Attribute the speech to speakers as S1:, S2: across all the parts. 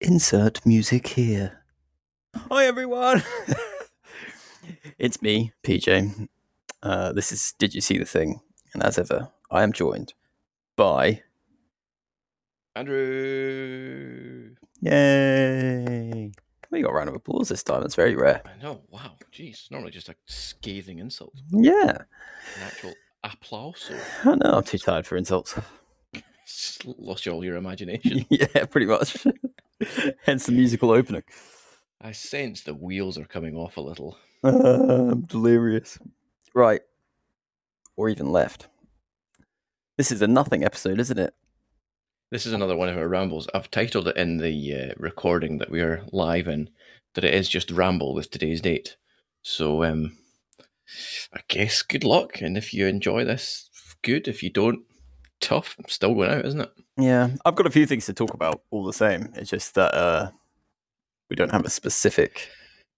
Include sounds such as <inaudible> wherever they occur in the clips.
S1: Insert music here. Hi everyone. <laughs> it's me, PJ. Uh, this is Did You See the Thing? And as ever, I am joined by
S2: Andrew.
S1: Yay. We got a round of applause this time. That's very rare.
S2: I know. Wow. Jeez. Normally just a scathing insult.
S1: Yeah.
S2: An actual applause. Or
S1: I know Oh, I'm too tired for <laughs> insults.
S2: just lost all
S1: <laughs>
S2: your imagination.
S1: yeah, pretty much. Hence the musical opening.
S2: I sense the wheels are coming off a little.
S1: I'm Um, delirious. Right. Or even left. This is a nothing episode, isn't it?
S2: This is another one of our rambles. I've titled it in the uh, recording that we are live in that it is just ramble with today's date. So, um, I guess good luck. And if you enjoy this, good. If you don't, tough. Still going out, isn't it?
S1: Yeah, I've got a few things to talk about all the same. It's just that uh, we don't have a specific.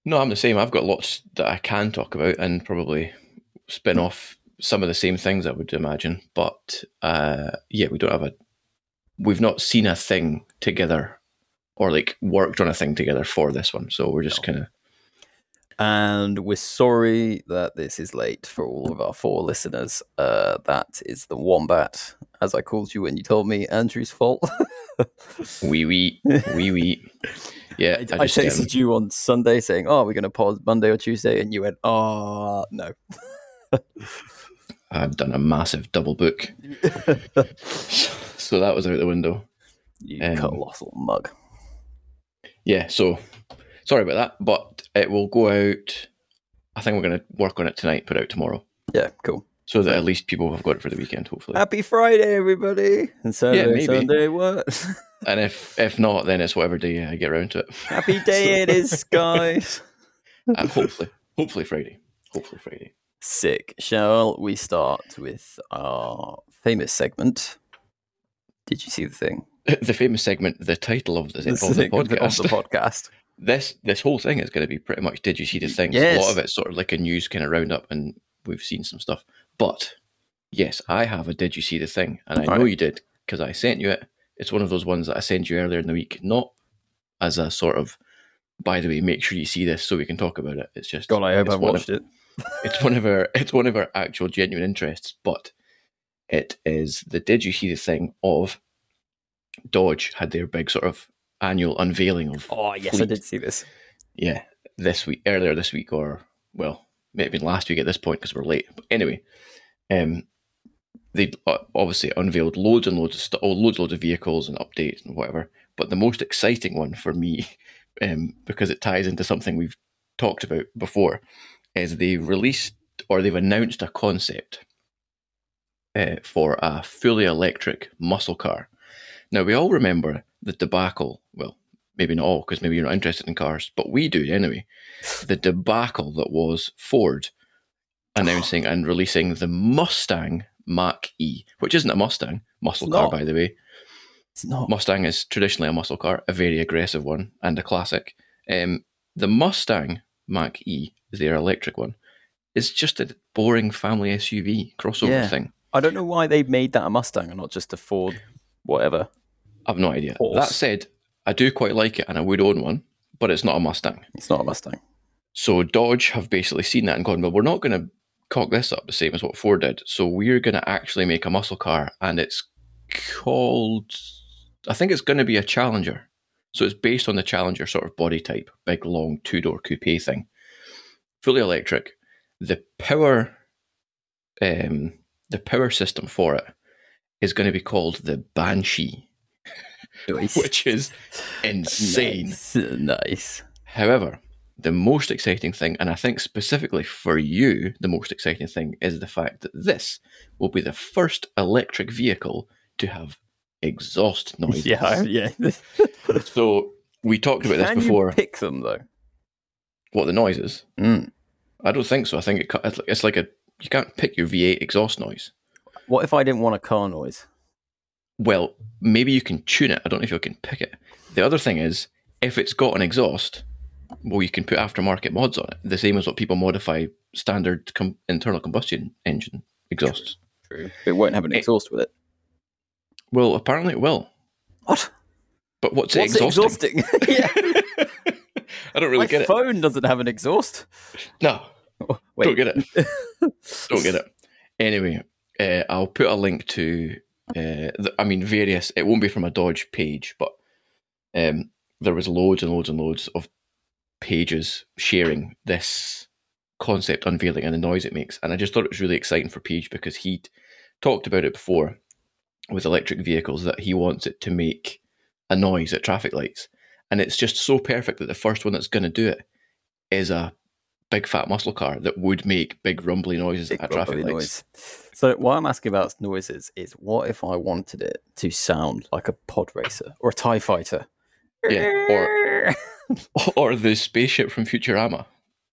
S2: No, I'm the same. I've got lots that I can talk about and probably spin off some of the same things I would imagine. But uh, yeah, we don't have a. We've not seen a thing together or like worked on a thing together for this one. So we're just
S1: No.
S2: kind of.
S1: And we're sorry that this is late for all of our four listeners. Uh, that is the wombat, as I called you when you told me Andrew's fault.
S2: Wee <laughs> wee. Wee wee. Yeah.
S1: <laughs> I,
S2: I
S1: I
S2: just. um,
S1: texted you on Sunday saying, "Oh, we're going to pause Monday or Tuesday," and you went, "Oh, no."
S2: I've done a massive double <laughs> book. So that was out the window.
S1: you
S2: Um,
S1: colossal mug.
S2: yeah, so sorry about that, but it will go out. I think we're going to work on it tonight, put it out tomorrow,
S1: Yeah, cool.
S2: so that at least people have got it for the weekend, hopefully.
S1: Happy Friday, everybody! And Saturday,
S2: maybe.
S1: Sunday, what? <laughs>
S2: And if if not, then it's whatever day I get around to it. <laughs>
S1: Happy day it is, guys.
S2: Uh, hopefully, hopefully Friday. Hopefully Friday. <laughs>
S1: Sick. Shall we start with our famous segment? Did you see the thing?
S2: The famous segment, the title of the,
S1: This
S2: of
S1: is
S2: the
S1: it, of the-
S2: podcast.
S1: Of the podcast.
S2: <laughs> this this whole thing is going to be pretty much. Did you see the things? A
S1: Yes.
S2: lot of it's sort of like a news kind of roundup, and we've seen some stuff. But yes, I have a. Did you see the thing? And I know
S1: Right.
S2: you did because I sent you it. It's one of those ones that I sent you earlier in the week, not as a sort of. By the way, make sure you see this so we can talk about it. It's just
S1: God, I hope
S2: it's
S1: I
S2: one of-
S1: watched it.
S2: it's one of our it's one of our actual genuine interests, but it is the did you see the thing of Dodge had their big sort of annual unveiling of
S1: Oh, yes, I
S2: Fleet.
S1: did see this.
S2: yeah this week earlier this week or well maybe last week at this point because we're late. But anyway, um, they uh, obviously unveiled loads and loads of stuff, oh, loads loads of vehicles and updates and whatever. But the most exciting one for me, <laughs> um, because it ties into something we've talked about before, is they released or they've announced a concept uh, for a fully electric muscle car. Now we all remember the debacle. Well, maybe not all, because maybe you're not interested in cars, but we do anyway. The debacle that was
S1: <sighs>
S2: Ford announcing and releasing the Mustang Mach E, which isn't a Mustang muscle
S1: It's
S2: car,
S1: not.
S2: by the way.
S1: It's not.
S2: Mustang is traditionally a muscle car, a very aggressive one and a classic. Um, the Mustang Mach E, their electric one, is just a boring family SUV crossover
S1: Yeah.
S2: thing.
S1: I don't know why they made that a Mustang and not just a Ford, whatever.
S2: I've no idea.
S1: Horse.
S2: That said, I do quite like it and I would own one, but it's not a Mustang.
S1: It's not a Mustang.
S2: So Dodge have basically seen that and gone, well, we're not going to cock this up the same as what Ford did. So we're going to actually make a muscle car, and it's called. I think it's going to be a Challenger. So it's based on the Challenger sort of body type, big long two door coupe thing, fully electric. The power, um, the power system for it is going to be called the Banshee, <laughs> which is insane.
S1: Nice. <laughs> nice.
S2: However, the most exciting thing, and I think specifically for you, the most exciting thing is the fact that this will be the first electric vehicle to have
S1: <laughs>
S2: exhaust noises.
S1: Yeah, yeah.
S2: So we talked about this
S1: Can
S2: before.
S1: you pick them, though?
S2: What the noises?
S1: Mm.
S2: I don't think so. I think it, cu- it's like- it's like a you can't pick your V8 exhaust noise.
S1: What if I didn't want a car noise?
S2: Well, maybe you can tune it. I don't know if you can pick it. The other thing is, if it's got an exhaust, well, you can put aftermarket mods on it. The same as what people modify standard com- internal combustion engine exhausts.
S1: True. It won't have an
S2: It-
S1: exhaust with it.
S2: Well, apparently it will.
S1: What?
S2: But what's,
S1: What's
S2: it exhausting?
S1: exhausting? <laughs> yeah,
S2: <laughs> I don't
S1: my
S2: really get it.
S1: phone doesn't have an exhaust.
S2: No,
S1: Oh, Wait,
S2: don't get it.
S1: <laughs>
S2: don't get it. Anyway, uh, I'll put a link to. Uh, the, I mean, various. It won't be from a Dodge page, but um, there was loads and loads and loads of pages sharing this concept unveiling and the noise it makes, and I just thought it was really exciting for Page because he talked about it before with electric vehicles that he wants it to make a noise at traffic lights, and it's just so perfect that the first one that's going to do it is a big fat muscle car that would make big rumbly noises
S1: Big
S2: at traffic
S1: rumbly
S2: lights.
S1: noise. So what I'm asking about noises is what if I wanted it to sound like a pod racer or a TIE fighter?
S2: Yeah,
S1: Or
S2: <laughs> or the spaceship from Futurama.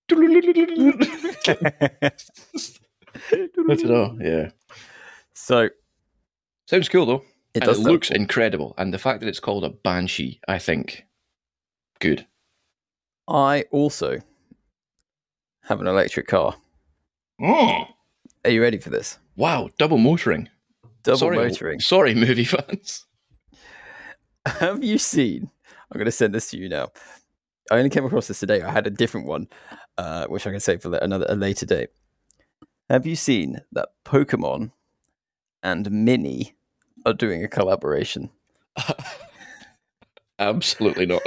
S2: <laughs> I don't know. Yeah,
S1: <laughs> so
S2: sounds cool though,
S1: it
S2: and
S1: does
S2: it
S1: sound
S2: looks
S1: cool.
S2: incredible. And the fact that it's called a banshee, I think, good.
S1: I also have an electric car.
S2: Mm.
S1: Are you ready for this?
S2: Wow, double motoring.
S1: Double
S2: sorry,
S1: motoring.
S2: Sorry, movie fans.
S1: Have you seen? I'm going to send this to you now. I only came across this today. I had a different one, uh, which I can save for la- another a later date. Have you seen that Pokemon and Mini are doing a collaboration? <laughs>
S2: Absolutely not.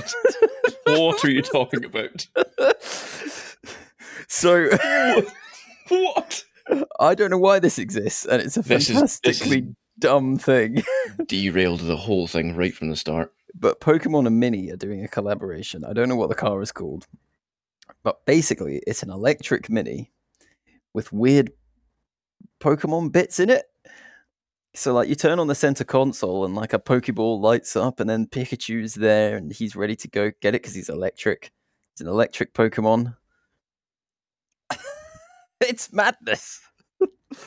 S2: what are you talking about?
S1: so <laughs>
S2: What?
S1: I don't know why this exists, and it's a
S2: This is- this is-
S1: fantastically dumb thing.
S2: Derailed the whole thing right from the start.
S1: but Pokemon and Mini are doing a collaboration. I don't know what the car is called, but basically, it's an electric Mini with weird Pokemon bits in it. So, like, you turn on the center console and, like, a Pokeball lights up, and then Pikachu's there and he's ready to go get it because he's electric. It's an electric Pokemon. <laughs> it's madness.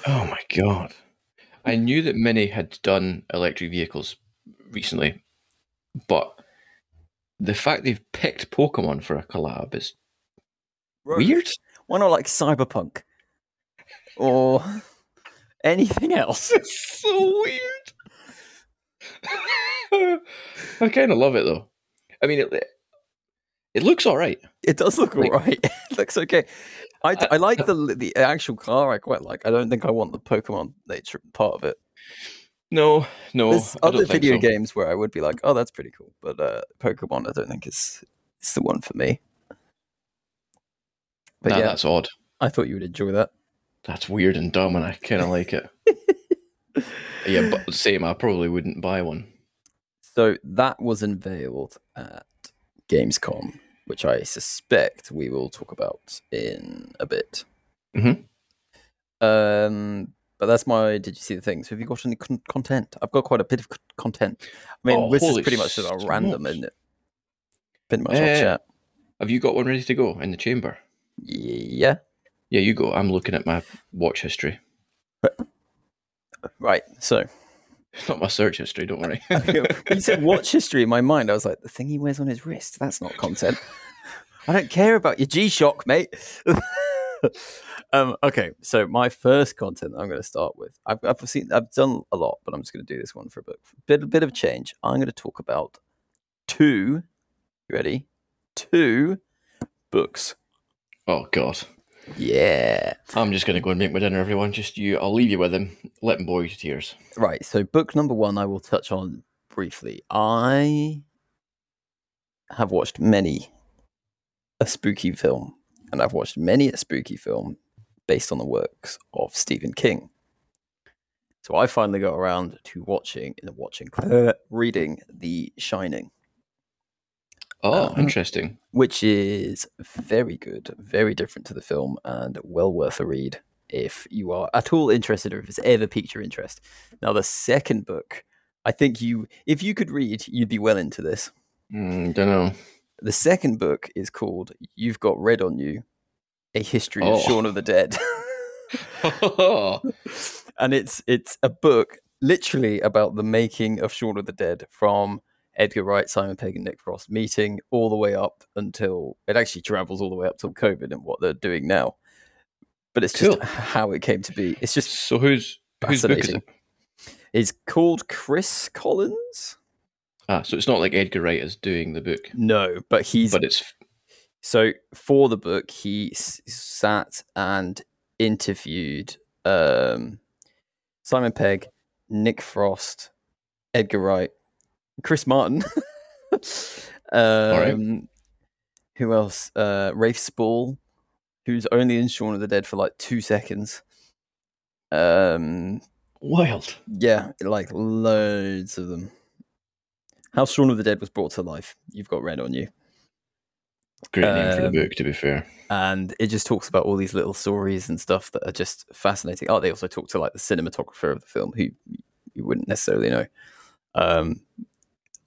S2: Oh my god! I knew that Mini had done electric vehicles recently, but the fact they've picked Pokemon for a collab is weird. <laughs>
S1: Why not, like, Cyberpunk or <laughs> anything else?
S2: It's so weird. <laughs> I kind of love it though. I mean, it it looks all right.
S1: It does look
S2: Like-
S1: alright. <laughs> it looks okay. I, d-
S2: I-
S1: I like the the actual car. I quite like. I don't think I want the Pokemon nature part of it.
S2: No, no.
S1: There's
S2: Oh, I
S1: other
S2: don't think
S1: video
S2: so.
S1: games where I would be like, "Oh, that's pretty cool," but uh, Pokemon, I don't think is is the one for me. But
S2: Nah,
S1: yeah,
S2: that's odd.
S1: I thought you would enjoy that.
S2: That's weird and dumb, and I kind of like <laughs> it. Yeah, but same. I probably wouldn't buy one.
S1: So that was unveiled at Gamescom, which I suspect we will talk about in a bit.
S2: Mhm.
S1: Um, but that's my. Did you see the things? Have you got any con- content? I've got quite a bit of c- content. I mean,
S2: Oh,
S1: this is
S2: holy
S1: pretty much just a random,
S2: smokes.
S1: isn't it? Pretty much our
S2: Eh.
S1: chat.
S2: Have you got one ready to go in the chamber?
S1: Yeah.
S2: Yeah, you go. I'm looking at my watch history,
S1: Right. So
S2: not my search history. Don't worry. <laughs>
S1: <laughs> you said watch history in my mind. I was like, the thing he wears on his wrist. That's not content. I don't care about your G Shock, mate. <laughs> um, okay, so my first content I'm going to start with. I've, I've seen, I've done a lot, but I'm just going to do this one for a bit. Bit, bit of change. I'm going to talk about two. You ready? Two books.
S2: oh God,
S1: Yeah.
S2: I'm just gonna go and make my dinner. Everyone, just you. I'll leave you with him. Let him boil you to tears.
S1: Right. So, book number one, I will touch on briefly. I have watched many a spooky film, and I've watched many a spooky film based on the works of Stephen King. So I finally got around to watching, watching, <laughs> reading The Shining,
S2: Oh,
S1: Um,
S2: interesting.
S1: which is very good, very different to the film, and well worth a read if you are at all interested or if it's ever piqued your interest. Now, the second book, I think you, if you could read, you'd be well into this.
S2: Mm, don't know.
S1: The second book is called You've Got Red on You A History
S2: Oh.
S1: of Shaun of the Dead. <laughs> and it's it's a book literally about the making of Shaun of the Dead from Edgar Wright, Simon Pegg, and Nick Frost meeting all the way up until it actually travels all the way up till COVID and what they're doing now. But it's just
S2: Cool.
S1: how it came to be. It's just
S2: so whose whose book is
S1: fascinating.
S2: it?
S1: It's called Chris Collins.
S2: Ah, so it's not like Edgar Wright is doing the book,
S1: No, but he's
S2: but it's
S1: So for the book, he s- sat and interviewed um, Simon Pegg, Nick Frost, Edgar Wright, Chris Martin. <laughs> um,
S2: right.
S1: Who else? Uh, Rafe Spall, who's only in Shaun of the Dead for like two seconds. Um,
S2: wild.
S1: yeah, like loads of them. How Shaun of the Dead was brought to life. You've got red on you.
S2: Great name for the
S1: Um,
S2: book, to be fair.
S1: and it just talks about all these little stories and stuff that are just fascinating. Oh, they also talk to like the cinematographer of the film, who you wouldn't necessarily know, um,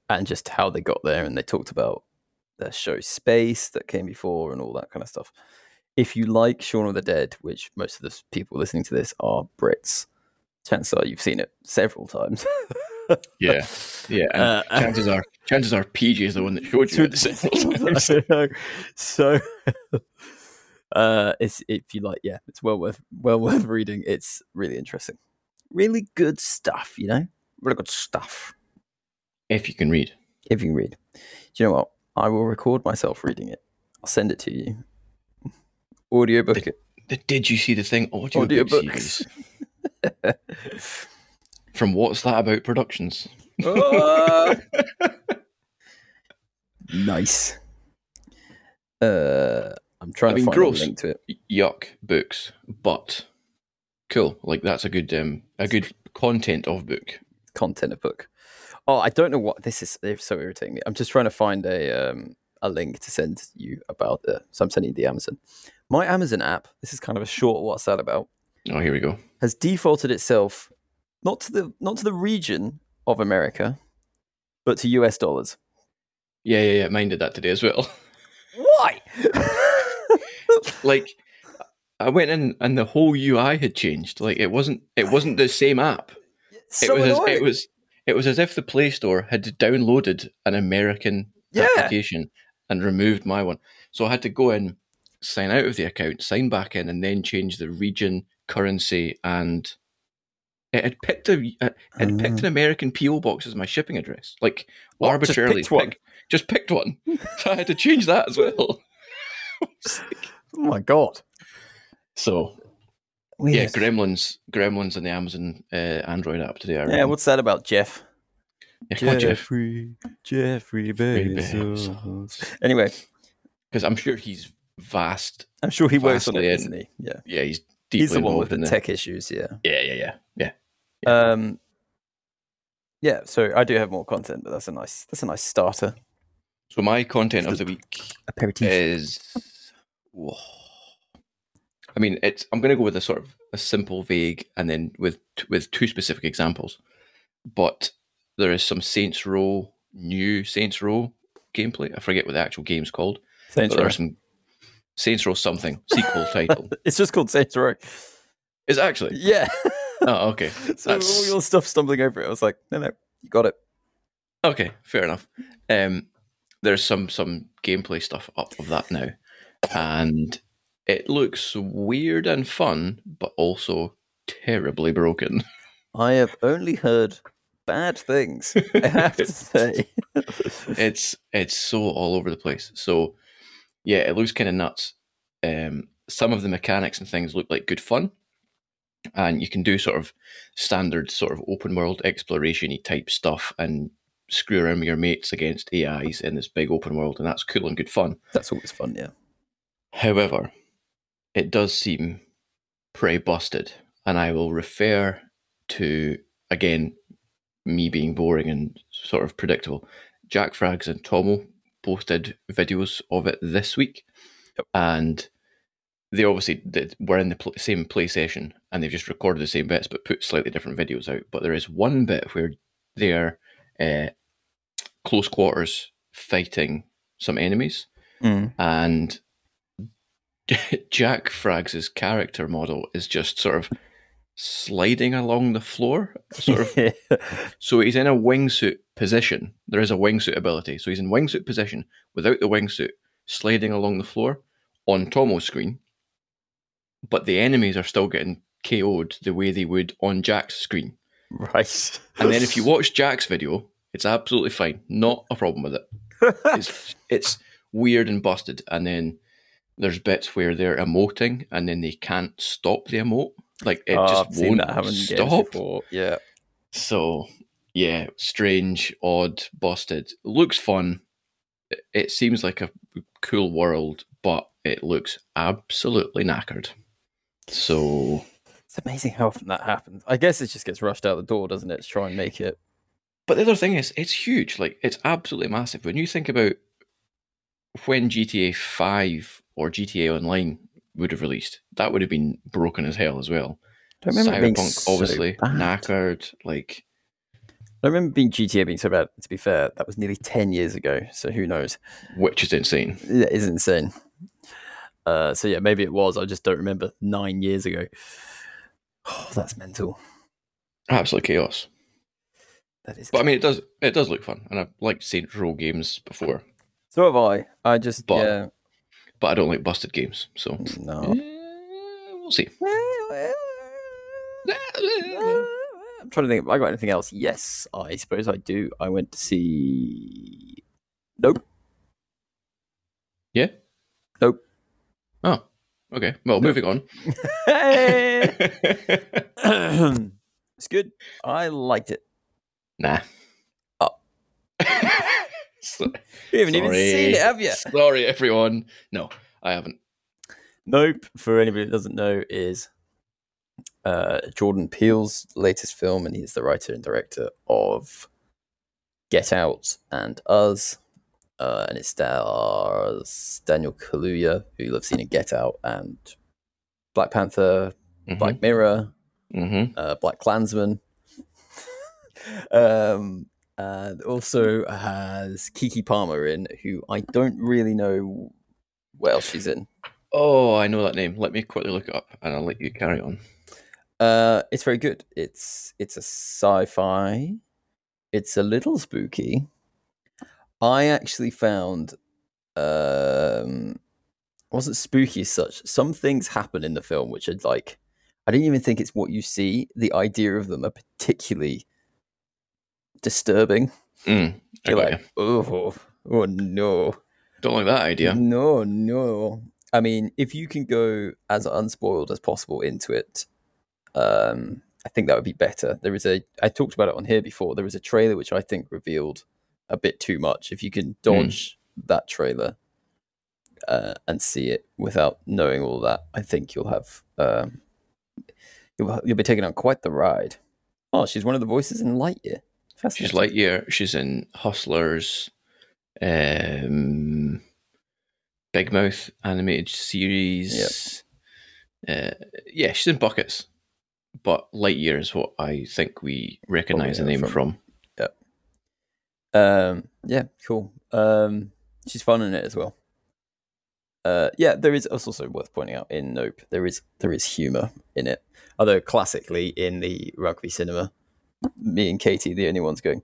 S1: and just how they got there. And they talked about the show Space that came before and all that kind of stuff. If you like Shaun of the Dead, which most of the s- people listening to this are Brits, chances are you've seen it several times. <laughs>
S2: Yeah, yeah. And
S1: Uh,
S2: chances are, chances are, PJ is the one that showed you it
S1: <laughs>
S2: several times.
S1: so <laughs> uh it's if you like yeah it's well worth well worth reading it's really interesting really good stuff you know really good stuff
S2: <laughs> If you can read,
S1: if you can read do you know what i will record myself reading it i'll send it to you audiobook it
S2: the Did You See the Thing Oh, audiobook
S1: audiobooks
S2: series <laughs> from What's That About Productions.
S1: Oh! <laughs> nice uh i'm trying
S2: I
S1: to
S2: mean,
S1: find
S2: gross.
S1: a link to it
S2: Yuck books, but cool. Like that's a good, um, a good content of book.
S1: content of book. Oh, I don't know what this is. It's so irritating me. I'm just trying to find a um, a link to send you about it. So I'm sending the Amazon. My Amazon app. This is kind of a short. What's that about?
S2: Oh, here we go.
S1: Has defaulted itself not to the not to the region of America, but to US dollars.
S2: Yeah, yeah, yeah. Mine did that today as well. <laughs>
S1: Why? <laughs>
S2: like I went in and the whole UI had changed. Like it wasn't it wasn't the same app.
S1: It's
S2: it
S1: so
S2: was as,
S1: annoying.
S2: it was it was as if the Play Store had downloaded an American
S1: Yeah.
S2: application and removed my one. So I had to go in, sign out of the account, sign back in, and then change the region, currency, and it had picked a it
S1: Oh,
S2: had picked an American PO box as my shipping address. Like
S1: What? Just
S2: arbitrarily,
S1: picked one?
S2: just
S1: <laughs>
S2: picked one. so I had to change that as well.
S1: oh my god.
S2: So Yeah,
S1: Weird.
S2: Gremlins, Gremlins, and the Amazon uh, Android app today. I
S1: yeah. uh,
S2: reckon.
S1: What's that about, Jeff?
S2: yeah, come on, Jeff,
S1: Jeffrey. Jeffrey
S2: Bezos.
S1: Anyway,
S2: because I'm sure he's vast.
S1: I'm sure he works on it,
S2: Vastly, and-
S1: doesn't he? Yeah.
S2: Yeah, he's deeply
S1: He's the one with
S2: involved
S1: the
S2: in the
S1: tech issues, yeah.
S2: Yeah, yeah, yeah, yeah.
S1: yeah. Um Yeah, so I do have more content, but that's a nice that's a nice starter.
S2: So my content of the week
S1: Aperitif.
S2: is. Whoa. I mean, it's. I'm going to go with a sort of a simple, vague, and then with with two specific examples. But there is some Saints Row new Saints Row gameplay. I forget what the actual game's called.
S1: Saints
S2: But there
S1: Row.
S2: are some Saints Row something
S1: <laughs>
S2: sequel title.
S1: It's just called Saints Row.
S2: Is it actually
S1: Yeah.
S2: Oh,
S1: <laughs>
S2: okay.
S1: so all
S2: That's-
S1: your stuff stumbling over it, I was like, no no, you got it.
S2: Okay, fair enough. Um, there's some some gameplay stuff up of that now, and it looks weird and fun, but also terribly broken.
S1: I have only heard bad things, I have
S2: <laughs>
S1: to say.
S2: It's it's so all over the place. So yeah, it looks kind of nuts. Um, some of the mechanics and things look like good fun, and you can do sort of standard sort of open world exploration type stuff and screw around with your mates against AIs in this big open world, and that's cool and good fun.
S1: That's always fun, yeah.
S2: However, it does seem pretty busted, and I will refer to again me being boring and sort of predictable. Jack Frags and Tomo posted videos of it this week, and they obviously did, were in the pl- same play session and they've just recorded the same bits but put slightly different videos out. But there is one bit where they are uh, close quarters fighting some enemies,
S1: Mm.
S2: and <laughs> Jack Frags's character model is just sort of sliding along the floor,
S1: <laughs>
S2: sort of. so he's in a wingsuit position. There is a wingsuit ability, so he's in wingsuit position without the wingsuit, sliding along the floor on Tomo's screen. But the enemies are still getting KO'd the way they would on Jack's screen.
S1: right. <laughs>
S2: And then if you watch Jack's video, It's absolutely fine. Not a problem with it. It's it's weird and busted. And then there's bits where they're emoting and then they can't stop the emote. Like it
S1: Oh,
S2: just
S1: I've seen
S2: won't
S1: that happen in games
S2: stop.
S1: before. Yeah.
S2: So yeah, strange, odd, busted. Looks fun. It- It seems like a cool world, but it looks absolutely knackered. So,
S1: It's amazing how often that happens. I guess it just gets rushed out the door, doesn't it? To try and make it.
S2: but the other thing is, it's huge. Like it's absolutely massive. When you think about when GTA Five or GTA Online would have released, that would have been broken as hell as well.
S1: I don't remember it being
S2: Cyberpunk,
S1: so
S2: obviously,
S1: bad.
S2: knackered. Like
S1: I remember being GTA being so bad. To be fair, that was nearly ten years ago. So who knows?
S2: which is insane.
S1: It is insane. Uh, so yeah, maybe it was. I just don't remember nine years ago. <sighs> Oh, that's mental.
S2: Absolute chaos.
S1: That is.
S2: But I mean, it does it does look fun, and I've liked Saints Row games before,
S1: so have I. I just
S2: But-
S1: yeah.
S2: but I don't like busted games. So <laughs>
S1: No.
S2: Eh, we'll see. <laughs>
S1: I'm trying to think. Have I got anything else? Yes, I suppose I do. I went to see. Nope.
S2: Yeah. <coughs>
S1: Nope. <coughs>
S2: Oh, okay. Well, moving on.
S1: <laughs> it's good. I liked it.
S2: nah.
S1: Oh.
S2: <laughs> So-
S1: You haven't even
S2: Sorry.
S1: seen it, have you?
S2: Sorry, everyone. No, I haven't.
S1: Nope. For anybody that doesn't know, is uh, Jordan Peele's latest film, and he's the writer and director of Get Out and Us. Uh, and it stars Daniel Kaluuya, who you'll have seen in Get Out and Black Panther, Black Mirror,
S2: Mm-hmm.
S1: uh, Black Klansman. um, and also has Kiki Palmer in, who I don't really know what else she's in.
S2: Oh, I know that name. Let me quickly look it up, and I'll let you carry on.
S1: Uh, it's very good. It's it's a sci-fi. It's a little spooky. I actually found um wasn't spooky as such. Some things happen in the film which are like I didn't even think it's what you see. The idea of them are particularly disturbing.
S2: Mm, I
S1: You're
S2: got
S1: like, oh, oh no.
S2: you. Don't like that idea.
S1: No, no. I mean, if you can go as unspoiled as possible into it, um, I think that would be better. There is a I talked about it on here before. There was a trailer which I think revealed a bit too much. If you
S2: Hmm.
S1: can dodge that trailer uh, and see it without knowing all that, I think you'll have um, you'll, you'll be taken on quite the ride. Oh, she's one of the voices in Lightyear.
S2: She's
S1: Fascinating.
S2: Lightyear. She's in Hustlers, um, Big Mouth animated series. Uh, yeah, she's in Buckets, but Lightyear is what I think we recognise the
S1: know
S2: name
S1: from.
S2: from.
S1: Um, yeah, cool. Um, she's fun in it as well. Uh, yeah, there is. It's also worth pointing out in Nope there is there is humor in it. Although classically in the rugby cinema, me and Katie the only ones going.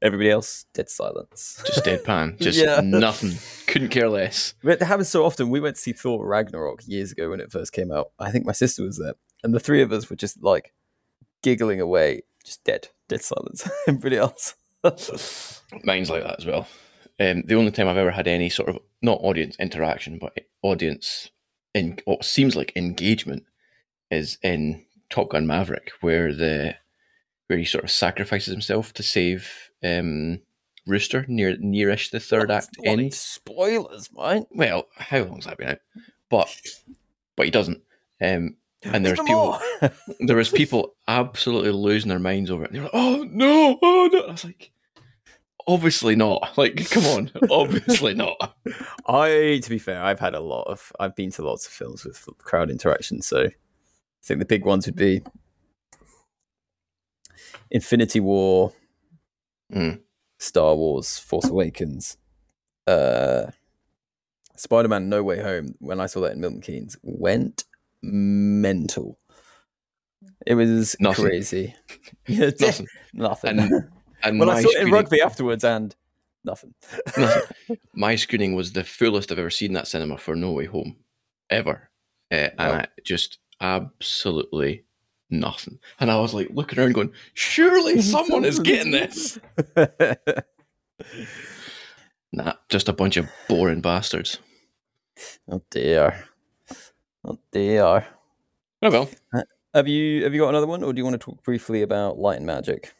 S1: Everybody else dead silence.
S2: Just deadpan, just
S1: Yeah.
S2: nothing. Couldn't care less.
S1: But that happens so often. We went to see Thor Ragnarok years ago when it first came out. I think my sister was there, and the three of us were just like giggling away, just dead, dead silence. <laughs> Everybody else.
S2: Mine's like that as well. Um, the only time I've ever had any sort of not audience interaction, but audience in what seems like engagement is in Top Gun Maverick, where the where he sort of sacrifices himself to save um, Rooster near nearish the third
S1: That's
S2: act.
S1: bloody
S2: Any
S1: spoilers, mate.
S2: well, how long's that been out? But but he doesn't. Um, and there's
S1: Even
S2: people.
S1: more.
S2: there was people absolutely losing their minds over it. They were like, "Oh no, oh no!" I was like, "Obviously not. Like, come on,
S1: <laughs>
S2: obviously not." <laughs>
S1: I, to be fair, I've had a lot of. I've been to lots of films with crowd interaction, so I think the big ones would be Infinity War,
S2: Mm.
S1: Star Wars, Force Awakens, uh, Spider Man No Way Home. When I saw that in Milton Keynes, went mental. It was
S2: Nothing. <laughs>
S1: crazy. <laughs> Yeah,
S2: Nothing.
S1: <laughs> nothing.
S2: And-
S1: <laughs>
S2: And
S1: well,
S2: my
S1: I saw it in
S2: screening,
S1: rugby afterwards, and nothing.
S2: my screening was the fullest I've ever seen that cinema for No Way Home, ever, uh, and
S1: Wow.
S2: I just absolutely nothing. And I was like looking around going,
S1: <laughs>
S2: surely someone is getting this. <laughs> Nah, just a bunch of boring bastards.
S1: oh dear. Oh dear.
S2: Oh well.
S1: Have you have you got another one, or do you want to talk briefly about light and magic?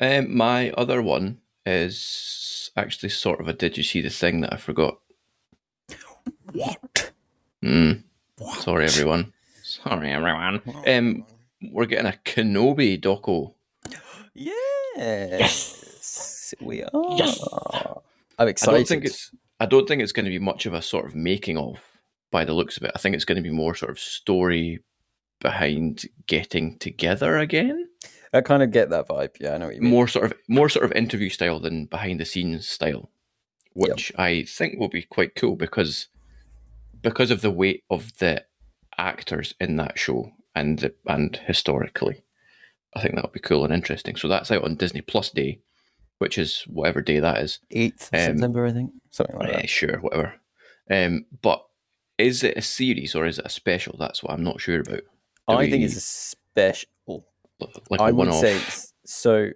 S2: Um, my other one is actually sort of a did you see the thing that I forgot?
S1: What?
S2: Mm, sorry, everyone. Sorry, everyone. Um, we're getting a Kenobi doco.
S1: Yes. We are.
S2: Yes.
S1: I'm
S2: I
S1: excited.
S2: don't think it's. I don't think it's going to be much of a sort of making of by the looks of it. I think it's going to be more sort of story behind getting together again.
S1: I kind of get that vibe. Yeah, I know what you mean.
S2: more sort of more sort of interview style than behind the scenes style, which I think will be quite cool because because of the weight of the actors in that show and the, and historically, I think that'll be cool and interesting. So that's out on Disney Plus Day, which is whatever day that is.
S1: Eighth
S2: um,
S1: September, I think, something like
S2: Yeah,
S1: that.
S2: sure, whatever. Um, but is it a series or is it a special? That's what I'm not sure about.
S1: I think
S2: we-
S1: it's a special.
S2: Like
S1: I
S2: a
S1: would
S2: one-off.
S1: say s- so.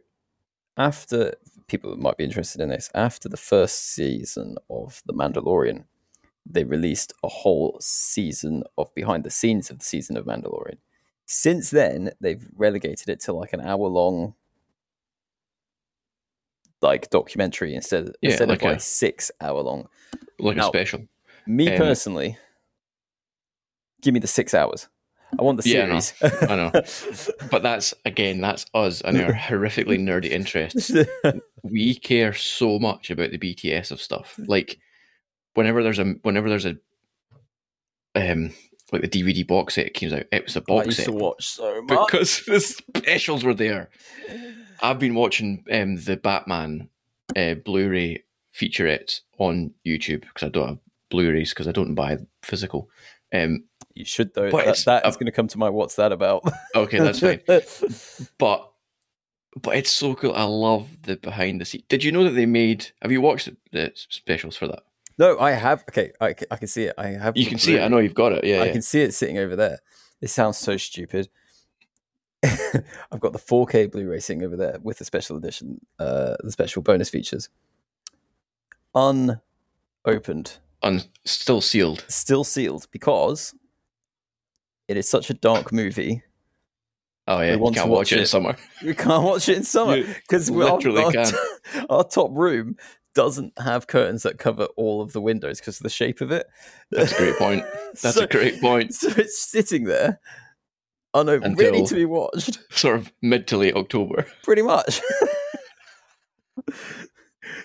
S1: After people that might be interested in this, after the first season of The Mandalorian, they released a whole season of behind the scenes of the season of Mandalorian. Since then, they've relegated it to like an hour long, like documentary instead
S2: Yeah,
S1: instead
S2: like
S1: of like
S2: a-
S1: six hour long.
S2: like a
S1: no.
S2: special.
S1: Me
S2: Um,
S1: personally, give me the six hours. I want the
S2: Yeah, no,
S1: series.
S2: I know. But that's again, that's us and our horrifically nerdy
S1: <laughs>
S2: interests. We care so much about the BTS of stuff.
S1: Mm.
S2: Like whenever there's a whenever there's a um like the DVD box set comes out, it was a
S1: <laughs> Oh, I used
S2: box set
S1: to watch so much.
S2: <laughs>
S1: <laughs>
S2: because the specials were there. I've been watching um the Batman uh, Blu-ray featurette on YouTube because I don't have Blu-rays because I don't buy physical. Um,
S1: You should though.
S2: But
S1: That,
S2: it's-
S1: that is going to come to my. What's that <laughs> about?
S2: okay, that's fine.
S1: fine.
S2: but but it's so cool. I love the behind the scenes. Did you know that they made? Have you watched the, the specials for that?
S1: no, I have. Okay, I, c- I can see it. I have.
S2: You
S1: the
S2: can see it. I
S1: Blu-ray.
S2: know you've got it. Yeah,
S1: I
S2: yeah.
S1: can see it sitting over there. It sounds so stupid. <laughs> I've got the 4K Blu-ray sitting over there with the special edition, uh, the special bonus features, unopened.
S2: and still sealed.
S1: still sealed because it is such a dark movie.
S2: Oh
S1: We
S2: yeah, you
S1: want
S2: can't
S1: to
S2: watch
S1: watch
S2: it in
S1: it.
S2: summer.
S1: We can't watch it in summer
S2: You
S1: because
S2: literally
S1: our,
S2: can't.
S1: <laughs> our top room doesn't have curtains that cover all of the windows because of the shape of it.
S2: That's a great point. That's
S1: so,
S2: a great point.
S1: <laughs> So it's sitting there, unopened, ready
S2: Until-
S1: to be watched,
S2: Sort of mid to late October.
S1: pretty much. <laughs>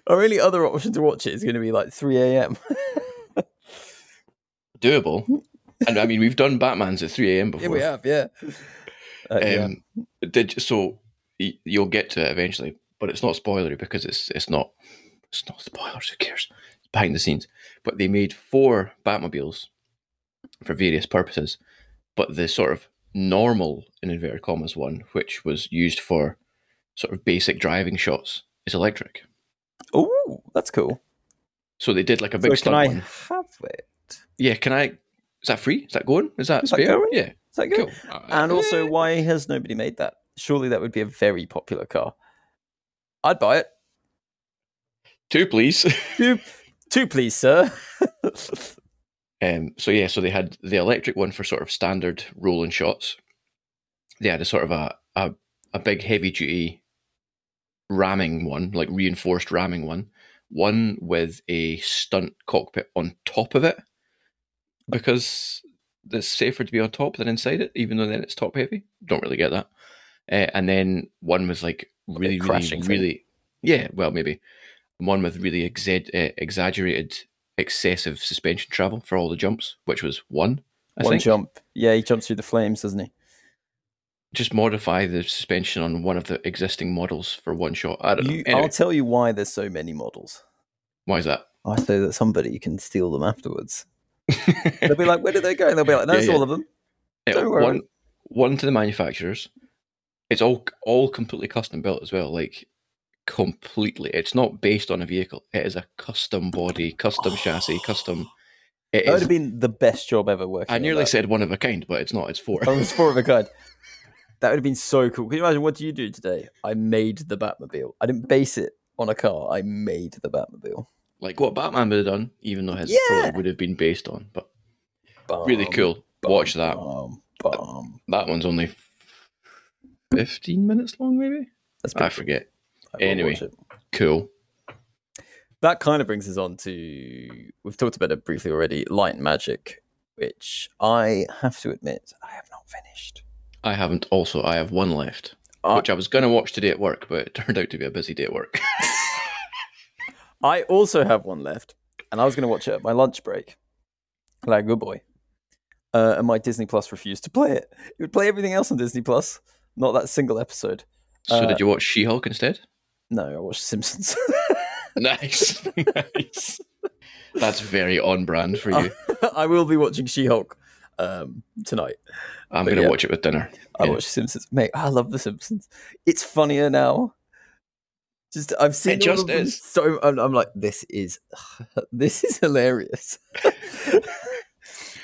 S1: Our only other option to watch it is going to be like 3 a.m.
S2: Doable. And I mean, we've done Batman's at three a.m.
S1: <laughs>
S2: before.
S1: Here we have, yeah. Uh, yeah.
S2: Um, Did you- so y- you'll get to it eventually, but it's not spoilery because it's it's not it's not spoilers. Who cares? Behind the scenes, but they made four Batmobiles for various purposes, but the sort of normal in inverted commas one, which was used for sort of basic driving shots, is electric.
S1: Oh, that's cool.
S2: So they did like a Um, big
S1: So can
S2: stunt
S1: I
S2: one.
S1: have it?
S2: Yeah, can I? Is that free? Is that going? Is that
S1: Is that
S2: spare?
S1: going?
S2: Yeah,
S1: Is that good?
S2: cool. Uh,
S1: And also, why has nobody made that? Surely that would be a very popular car. I'd buy it.
S2: two, please.
S1: Two, two please, sir.
S2: Um, so yeah, so they had the electric one for sort of standard rolling shots. They had a sort of a a, a big heavy duty ramming one, like reinforced ramming one, one with a stunt cockpit on top of it, because it's safer to be on top than inside it, even though then it's top heavy. Don't really get that. Uh, and then one was like really, really,
S1: crashing thing.
S2: really, yeah, well maybe one with really exa- uh, exaggerated excessive suspension travel for all the jumps, which was one. I
S1: One
S2: think
S1: jump. Yeah, he jumps through the flames, doesn't he?
S2: just modify the suspension on one of the existing models for one shot. I don't
S1: You-
S2: know. Anyway,
S1: I'll tell you why there's so many models.
S2: why
S1: <laughs>
S2: is that?
S1: I say that somebody can steal them afterwards. They'll be like, where did they go? And they'll be like,
S2: <laughs> Yeah,
S1: that's
S2: yeah.
S1: all of them.
S2: Yeah,
S1: don't worry.
S2: one, one to the manufacturers. It's all all completely custom built as well. Like
S1: <sighs>
S2: completely, it's not based on a vehicle. It is a custom body, custom chassis, custom It
S1: That would
S2: is.
S1: have been the best job ever working.
S2: I
S1: on
S2: nearly
S1: that.
S2: said one of a kind, but it's not. It's four.
S1: Oh, it's four of a kind. That would have been so cool. Can you imagine what do you do today? I made the Batmobile. I didn't base it on a car. I made the Batmobile.
S2: like what Batman would have done, even though his
S1: Yeah. Oh,
S2: probably would have been based on. But
S1: Bum,
S2: really cool.
S1: bum,
S2: Watch that.
S1: bum, bum.
S2: That one's only fifteen minutes long, maybe.
S1: That's
S2: I
S1: pretty
S2: forget.
S1: cool. I will
S2: anyway.
S1: watch it.
S2: Cool.
S1: that kind of brings us on to we've talked about it briefly already. Light and Magic, which I have to admit I have not finished.
S2: I haven't. Also, I have one left,
S1: Uh,
S2: which I was going to watch today at work, but it <laughs> turned out to be a busy day at work. <laughs>
S1: I also have one left, and I was going to watch it at my lunch break, like a good boy. Uh, and my Disney Plus refused to play it. It would play everything else on Disney Plus, not that single episode.
S2: so,
S1: Uh,
S2: did you watch
S1: <laughs>
S2: She-Hulk instead?
S1: No, I watched <laughs> Simpsons.
S2: Nice, nice. That's very on brand for
S1: Uh,
S2: you.
S1: I will be watching She Hulk um, tonight.
S2: I'm
S1: but
S2: going to
S1: yeah.
S2: watch it with dinner.
S1: I
S2: Yeah.
S1: watch Simpsons. Mate, I love The Simpsons. It's funnier now. Just I've seen
S2: It
S1: all
S2: just
S1: of them
S2: is.
S1: So I'm, I'm like, this is <laughs> this is hilarious.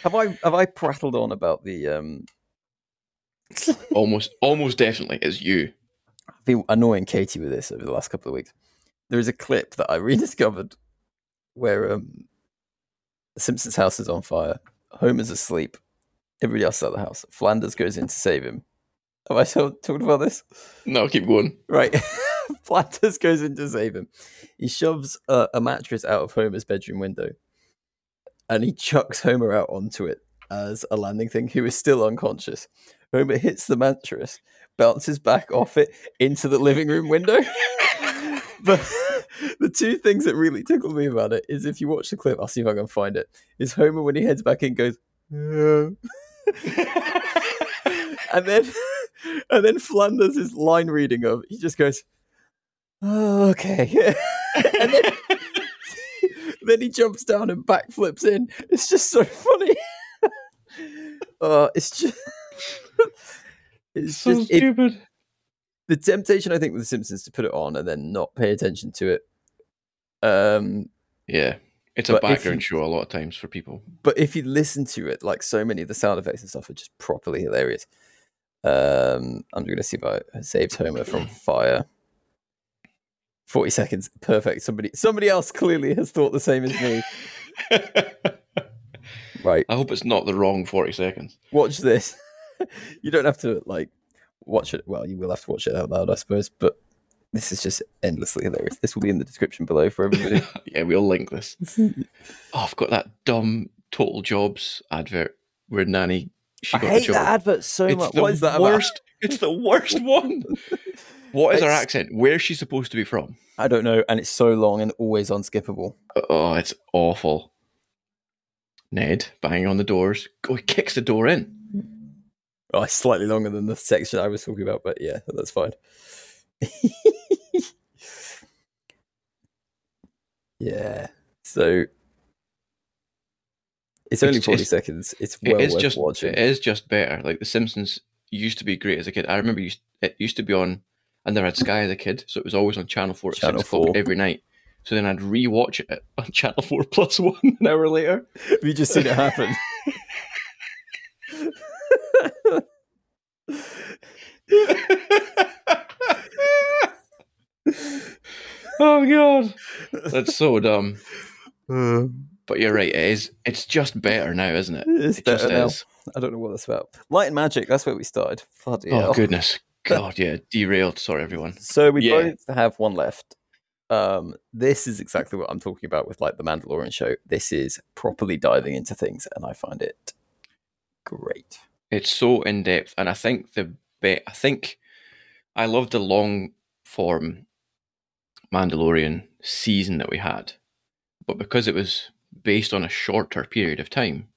S1: have I have I prattled on about the um
S2: Almost, almost definitely, it's you.
S1: I've been annoying Katie with this over the last couple of weeks. There is a clip that I <laughs> rediscovered where um, the Simpsons house is on fire. Homer's asleep. Everybody else is out of the house. Flanders goes in to save him. Have I still talked about this?
S2: No, keep going.
S1: <laughs> Right. Flanders goes in to save him. He shoves a, a mattress out of Homer's bedroom window and he chucks Homer out onto it as a landing thing, who is still unconscious. Homer hits the mattress, bounces back off it into the living room window. <laughs> but the two things that really tickled me about it is if you watch the clip, I'll see if I can find it, is Homer when he heads back in goes, "Yeah." <laughs> and then and then Flanders' is line reading of he just goes, "Oh, okay. <laughs> and
S2: <laughs>
S1: then then he jumps down and backflips in. It's just so funny. <laughs> uh, it's just <laughs> it's
S2: so
S1: just it,
S2: stupid.
S1: the temptation I think with The Simpsons to put it on and then not pay attention to it. Um,
S2: Yeah, it's a
S1: But if
S2: background
S1: you-
S2: show a lot of times for people.
S1: but if you listen to it, like so many of the sound effects and stuff are just properly hilarious. Um, I'm going to see if I I saved Homer <laughs> from fire. Forty seconds, perfect. Somebody, somebody else clearly has thought the same as me.
S2: I
S1: Right,
S2: hope it's not the wrong forty seconds.
S1: watch this. <laughs> you don't have to like watch it. Well, you will have to watch it out loud, I suppose. But this is just endlessly hilarious. This will be in the description below for everybody.
S2: Yeah, we'll link this. Oh, I've got that dumb Total Jobs advert where Nanny
S1: <laughs>
S2: she
S1: I
S2: got the
S1: hate
S2: job.
S1: that advert so
S2: it's
S1: much.
S2: the
S1: What is that about?
S2: worst. It's
S1: <laughs>
S2: the worst one. What is her
S1: It's-
S2: accent? Where's she supposed to be from?
S1: I don't know, and it's so long and always unskippable.
S2: Oh, it's awful. Ned banging on the doors. Oh, he kicks the door in.
S1: Oh, it's slightly longer than the section I was talking about, but yeah, that's fine. <laughs> yeah. So it's only
S2: It's-
S1: forty
S2: it's-
S1: seconds. It's
S2: It
S1: well
S2: is
S1: worth
S2: just.
S1: watching.
S2: It is just better. Like The Simpsons used to be great as a kid. I remember used, it used to be on. I never had Sky as a kid, so it was always on Channel Four at
S1: Channel
S2: six o'clock
S1: 4.
S2: every night. So then I'd rewatch it <laughs> on Channel Four Plus One an hour later. <laughs>
S1: Have you just seen it happen?
S2: oh god, that's so dumb. But you're right. <laughs> It is. It's just better now, isn't it?
S1: it's
S2: It just
S1: better now.
S2: is.
S1: I don't know what that's about. Light and magic. That's where we started. Bloody
S2: Oh
S1: hell. <laughs>
S2: goodness, god, yeah, derailed. Sorry, everyone.
S1: So we
S2: Yeah.
S1: both have one left. Um, this is exactly what I'm talking about with like the Mandalorian show. This is properly diving into things, and I find it great.
S2: It's so in depth, and I think the be- I think I loved the long form Mandalorian season that we had, but because it was based on a shorter period of time,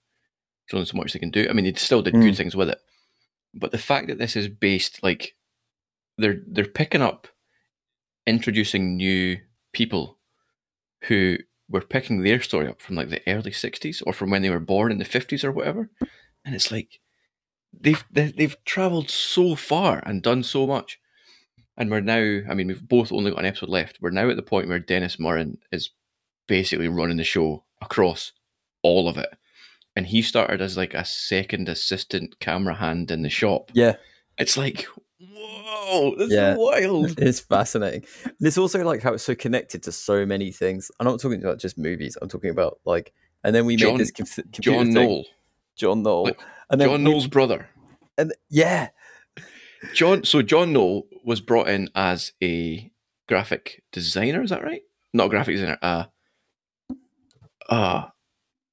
S2: there's only so much they can do. I mean, they still did good things with it, but the fact that this is based like they're they're picking up, introducing new people who were picking their story up from like the early '60s or from when they were born in the '50s or whatever, and it's like they've they- they've traveled so far and done so much and we're now i mean we've both only got an episode left we're now at the point where dennis murren is basically running the show across all of it and he started as like a second assistant camera hand in the shop.
S1: Yeah.
S2: It's like, whoa, that's
S1: Yeah. <laughs>
S2: wild.
S1: It's fascinating. And it's also like how it's so connected to so many things. I'm not talking about just movies. I'm talking about like, and then we
S2: John-
S1: made this conf- computer
S2: John
S1: thing.
S2: Knoll,
S1: John Knoll,
S2: Like,
S1: and then
S2: John
S1: we-
S2: Knoll's brother.
S1: and yeah,
S2: John. So John Knoll was brought in as a graphic designer. Is that right? Not a graphic designer. Uh, uh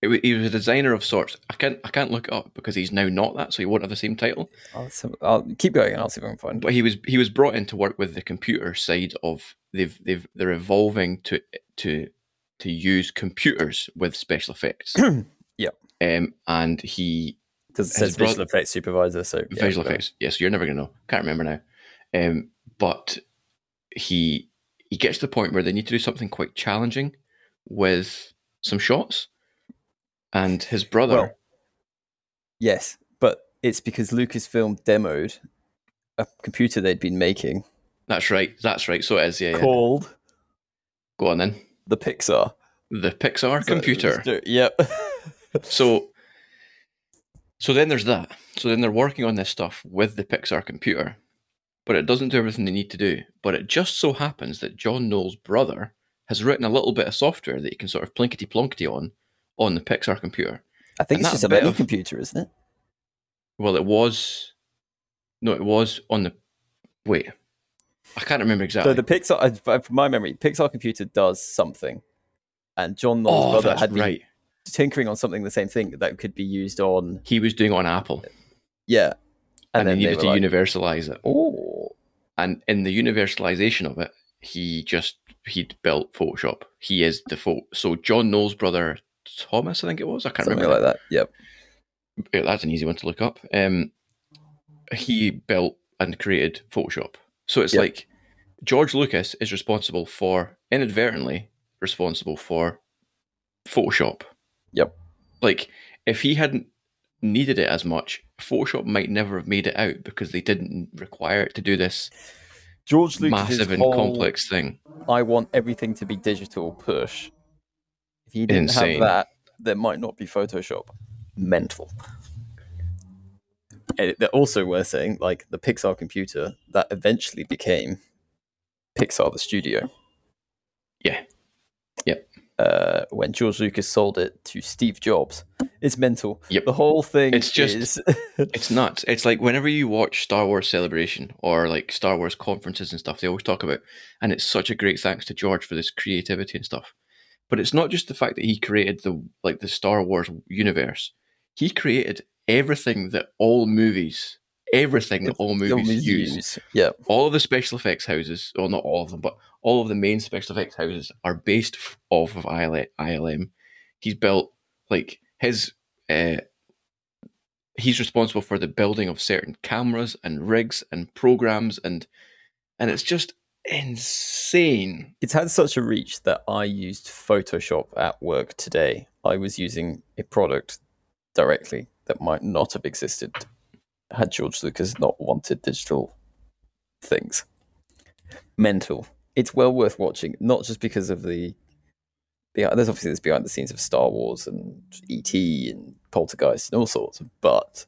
S2: it, wa- he was a designer of sorts. I can't. I can't look it up because he's now not that, so he won't have the same title.
S1: I'll, I'll keep going and I'll see if I can find.
S2: But he was. He was brought in to work with the computer side of. They've. They've. They're evolving to to to use computers with
S1: <clears throat>
S2: special effects.
S1: Yep.
S2: Um, and he
S1: Because it says
S2: his brother-
S1: visual effects supervisor, so yeah,
S2: visual
S1: go.
S2: effects. Yes, you're never gonna know. Can't remember now. Um, but he he gets to the point where they need to do something quite challenging with some shots, and his brother.
S1: Well- Yes, but it's because Lucasfilm demoed a computer they'd been making
S2: that's right. That's right. So it is. Yeah. yeah.
S1: called
S2: Go on then.
S1: the Pixar
S2: The Pixar
S1: So it was
S2: computer.
S1: do-
S2: <laughs>
S1: Yep.
S2: So. So then there's that. So then they're working on this stuff with the Pixar computer, but it doesn't do everything they need to do. But it just so happens that John Knoll's brother has written a little bit of software that you can sort of plinkety plonkety on on the Pixar computer.
S1: I think
S2: And
S1: it's
S2: that
S1: just a
S2: bit
S1: mini
S2: of-
S1: computer, isn't it?
S2: Well, it was no, it was on the wait. I can't remember exactly.
S1: So the Pixar, I- I- from my memory, Pixar computer does something, and John Knoll's
S2: oh,
S1: brother
S2: that's
S1: had been
S2: right.
S1: tinkering on something the same thing that could be used on
S2: He was doing it on Apple,
S1: yeah,
S2: and, they needed
S1: were
S2: to
S1: like,
S2: universalize it.
S1: oh
S2: And in the universalization of it, he just he'd built Photoshop. He is the pho- so John Knowles' brother Thomas, I think it was. I can't
S1: something
S2: remember.
S1: like that. Yep.
S2: Yeah, that's an easy one to look up. Um, he built and created Photoshop. So it's
S1: Yeah.
S2: like George Lucas is responsible for inadvertently responsible for Photoshop.
S1: Yep.
S2: Like if he hadn't needed it as much, Photoshop might never have made it out because they didn't require it to do this
S1: George Lucas
S2: massive and complex thing.
S1: I want everything to be digital push. If you didn't
S2: Insane.
S1: have that, there might not be Photoshop. Mental. And it- they're also worth saying, like the Pixar computer that eventually became Pixar the studio.
S2: Yeah. Yep.
S1: Uh, when George Lucas sold it to Steve Jobs, it's mental.
S2: Yep.
S1: The whole thing
S2: It's just-
S1: is- <laughs>
S2: It's nuts. It's like whenever you watch Star Wars Celebration or like Star Wars conferences and stuff, they always talk about, and it's such a great thanks to George for this creativity and stuff. But it's not just the fact that he created the like the Star Wars universe. He created everything that all movies, everything that all movies, use.
S1: Yeah.
S2: All of the special effects houses, well, not all of them, but all of the main special effects houses are based f- off of E, IL- ILM. He's built like his uh, he's responsible for the building of certain cameras and rigs and programs and and it's just insane.
S1: it's had such a reach that I used Photoshop at work today. I was using a product directly that might not have existed had George Lucas not wanted digital things. Mental. It's well worth watching, not just because of the. the there's obviously this behind the scenes of Star Wars and E.T. and Poltergeist and all sorts, but.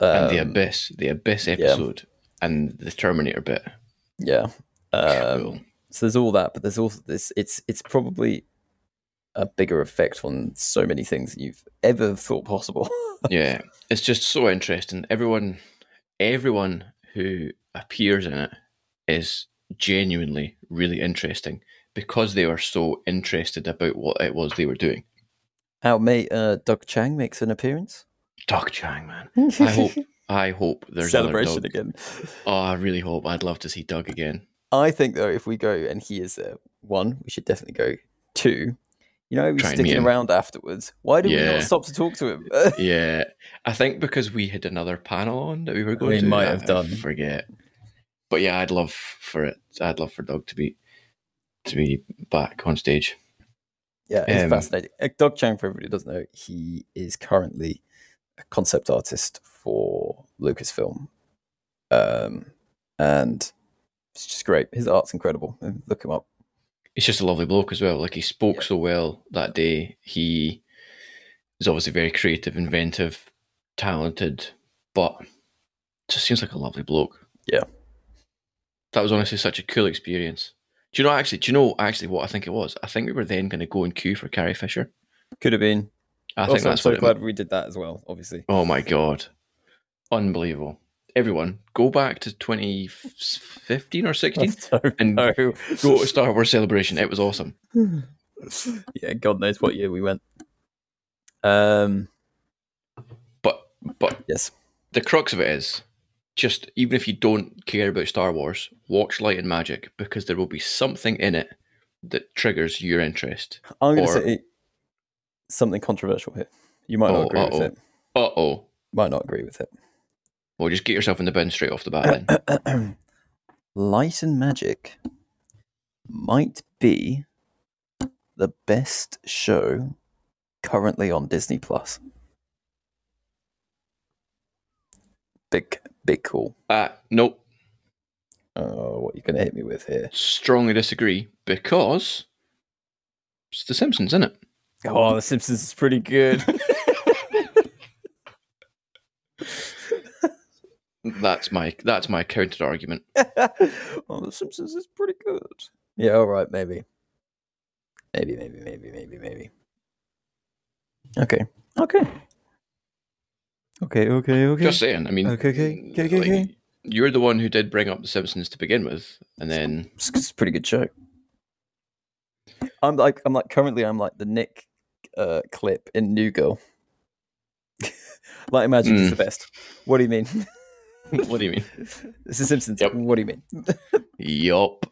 S2: and the
S1: um,
S2: abyss, the abyss episode, and the Terminator bit. <laughs>
S1: Yeah. Um,
S2: Cool.
S1: so there's all that, but there's also this. It's it's probably a bigger effect on so many things that you've ever thought possible. <laughs>
S2: yeah, it's just so interesting. Everyone, everyone who appears in it is genuinely really interesting because they are so interested about what it was they were doing.
S1: Our mate uh, Doug Chang makes an appearance.
S2: Doc Chang, man,
S1: <laughs>
S2: I hope, I hope there's
S1: celebration
S2: Another Doug.
S1: again.
S2: Oh, I really hope. I'd love to see Doug again.
S1: I think though, if we go and he is there, one, we should definitely go. Two, you know, he's
S2: Try and meet
S1: sticking
S2: him.
S1: around afterwards. Why do we
S2: Yeah.
S1: not stop to talk to him? <laughs>
S2: Yeah, I think because we had another panel on that we were going
S1: We
S2: to.
S1: might
S2: I-
S1: have
S2: I
S1: done.
S2: forget. But yeah, I'd love for it. I'd love for Doug to be to be back on stage.
S1: Yeah, it's
S2: Um,
S1: fascinating. Uh, Doug Chang, for everybody who doesn't know, he is currently a concept artist for Lucasfilm. Um, and it's just great. His art's incredible. Uh, Look him up.
S2: he's just a lovely bloke as well. Like he spoke
S1: Yeah.
S2: so well that day. He He's obviously very creative, inventive, talented, but just seems like a lovely bloke.
S1: Yeah.
S2: That was honestly such a cool experience. Do you know actually? Do you know actually what I think it was? I think we were then going to go and queue for Carrie Fisher.
S1: Could have been.
S2: I think
S1: also, I'm
S2: that's
S1: Oh, so
S2: what it
S1: glad we did that as well. Obviously, <laughs>
S2: Oh my god, unbelievable! Everyone, go back to 2015 or 16 and
S1: <laughs> No. <laughs>
S2: go to Star Wars Celebration. It was awesome.
S1: yeah, God knows what year we went. Um,
S2: But but
S1: yes,
S2: the crux of it is just even if you don't care about Star Wars, watch Light and Magic because there will be something in it that triggers your interest.
S1: I'm going to
S2: Or-
S1: say something controversial here. You might
S2: Oh,
S1: not agree
S2: uh-oh.
S1: with it.
S2: Uh oh.
S1: Might not agree with
S2: Well, just get yourself in the bin straight off the bat.
S1: <coughs> it.
S2: Then
S1: <clears throat> Light and Magic might be the best show currently on Disney Plus. Big, big call.
S2: uh, nope.
S1: Oh, what are you going to hit me with here?
S2: Strongly disagree because it's The Simpsons, isn't it?
S1: Oh, The Simpsons is pretty <laughs> good.
S2: That's my that's my counter argument.
S1: well, Oh, The Simpsons is pretty good. Yeah, all right, maybe. Maybe, maybe, maybe, maybe, maybe. Okay. Okay. Okay, okay, okay.
S2: Just saying. I mean,
S1: Okay, okay, okay, okay, okay.
S2: you're the one who did bring up The Simpsons to begin with, and then
S1: it's, it's a pretty good show. I'm like I'm like currently I'm like the Nick uh, clip in New Girl. <laughs> like Magic is
S2: Mm.
S1: the best. What do you mean? <laughs>
S2: what do you mean?
S1: This is Simpsons.
S2: Yep.
S1: What do you mean?
S2: Yup.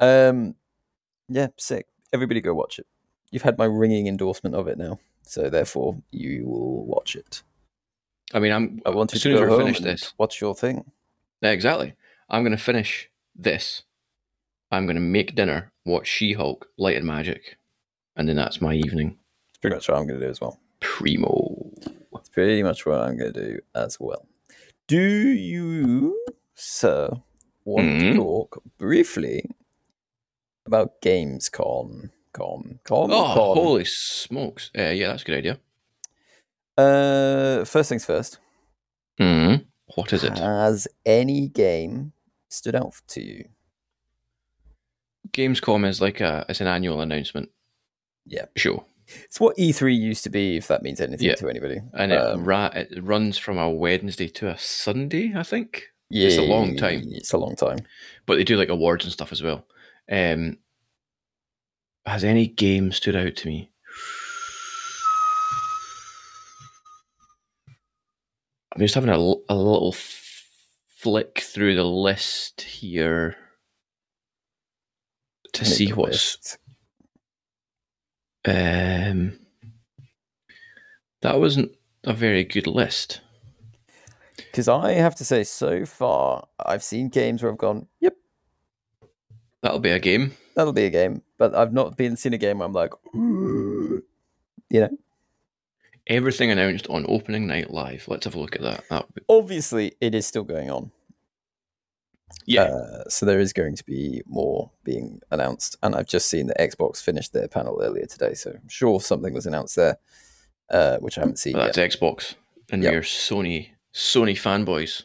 S1: Um, yeah, sick. Everybody go watch it. You've had my ringing endorsement of it now, so therefore you will watch it.
S2: I mean, I'm.
S1: I want you
S2: as
S1: to
S2: soon as
S1: go
S2: we're
S1: home
S2: finished
S1: and
S2: this,
S1: watch your thing.
S2: yeah, exactly. I'm going to finish this. I'm going to make dinner, watch She-Hulk, Light and Magic, and then that's my evening.
S1: It's pretty much what I'm going to do as well.
S2: Primo.
S1: It's pretty much what I'm going to do as well. Do you, sir, want
S2: Hmm?
S1: to talk briefly about GamesCon? Con, con,
S2: Oh,
S1: con.
S2: holy smokes! Uh, yeah, that's a good idea.
S1: Uh, first things first.
S2: Mm. What is it?
S1: Has any game stood out to you?
S2: Gamescom is like a it's an annual announcement.
S1: Yeah.
S2: Show.
S1: It's what E3 used to be, if that means anything
S2: Yeah.
S1: to anybody.
S2: and it,
S1: Um,
S2: ra- it runs from a Wednesday to a Sunday, I think. It's a long time.
S1: It's a long time.
S2: But they do like awards and stuff as well. Um, has any game stood out to me? I'm just having a, l- a little f- flick through the list here to
S1: Make
S2: see
S1: a
S2: what's
S1: list.
S2: um. That wasn't a very good list.
S1: Because I have to say, so far, I've seen games where I've gone, yep,
S2: That'll be a game.
S1: that'll be a game. But I've not been seen a game where I'm like, "Ooh." you know.
S2: Everything announced on opening night live. Let's have a look at that. that would be-
S1: Obviously, it is still going on.
S2: yeah,
S1: Uh, so there is going to be more being announced. And I've just seen that Xbox finished their panel earlier today. So I'm sure something was announced there, uh, which I haven't seen
S2: but
S1: yet.
S2: that's Xbox, and
S1: Yep.
S2: we're Sony Sony fanboys.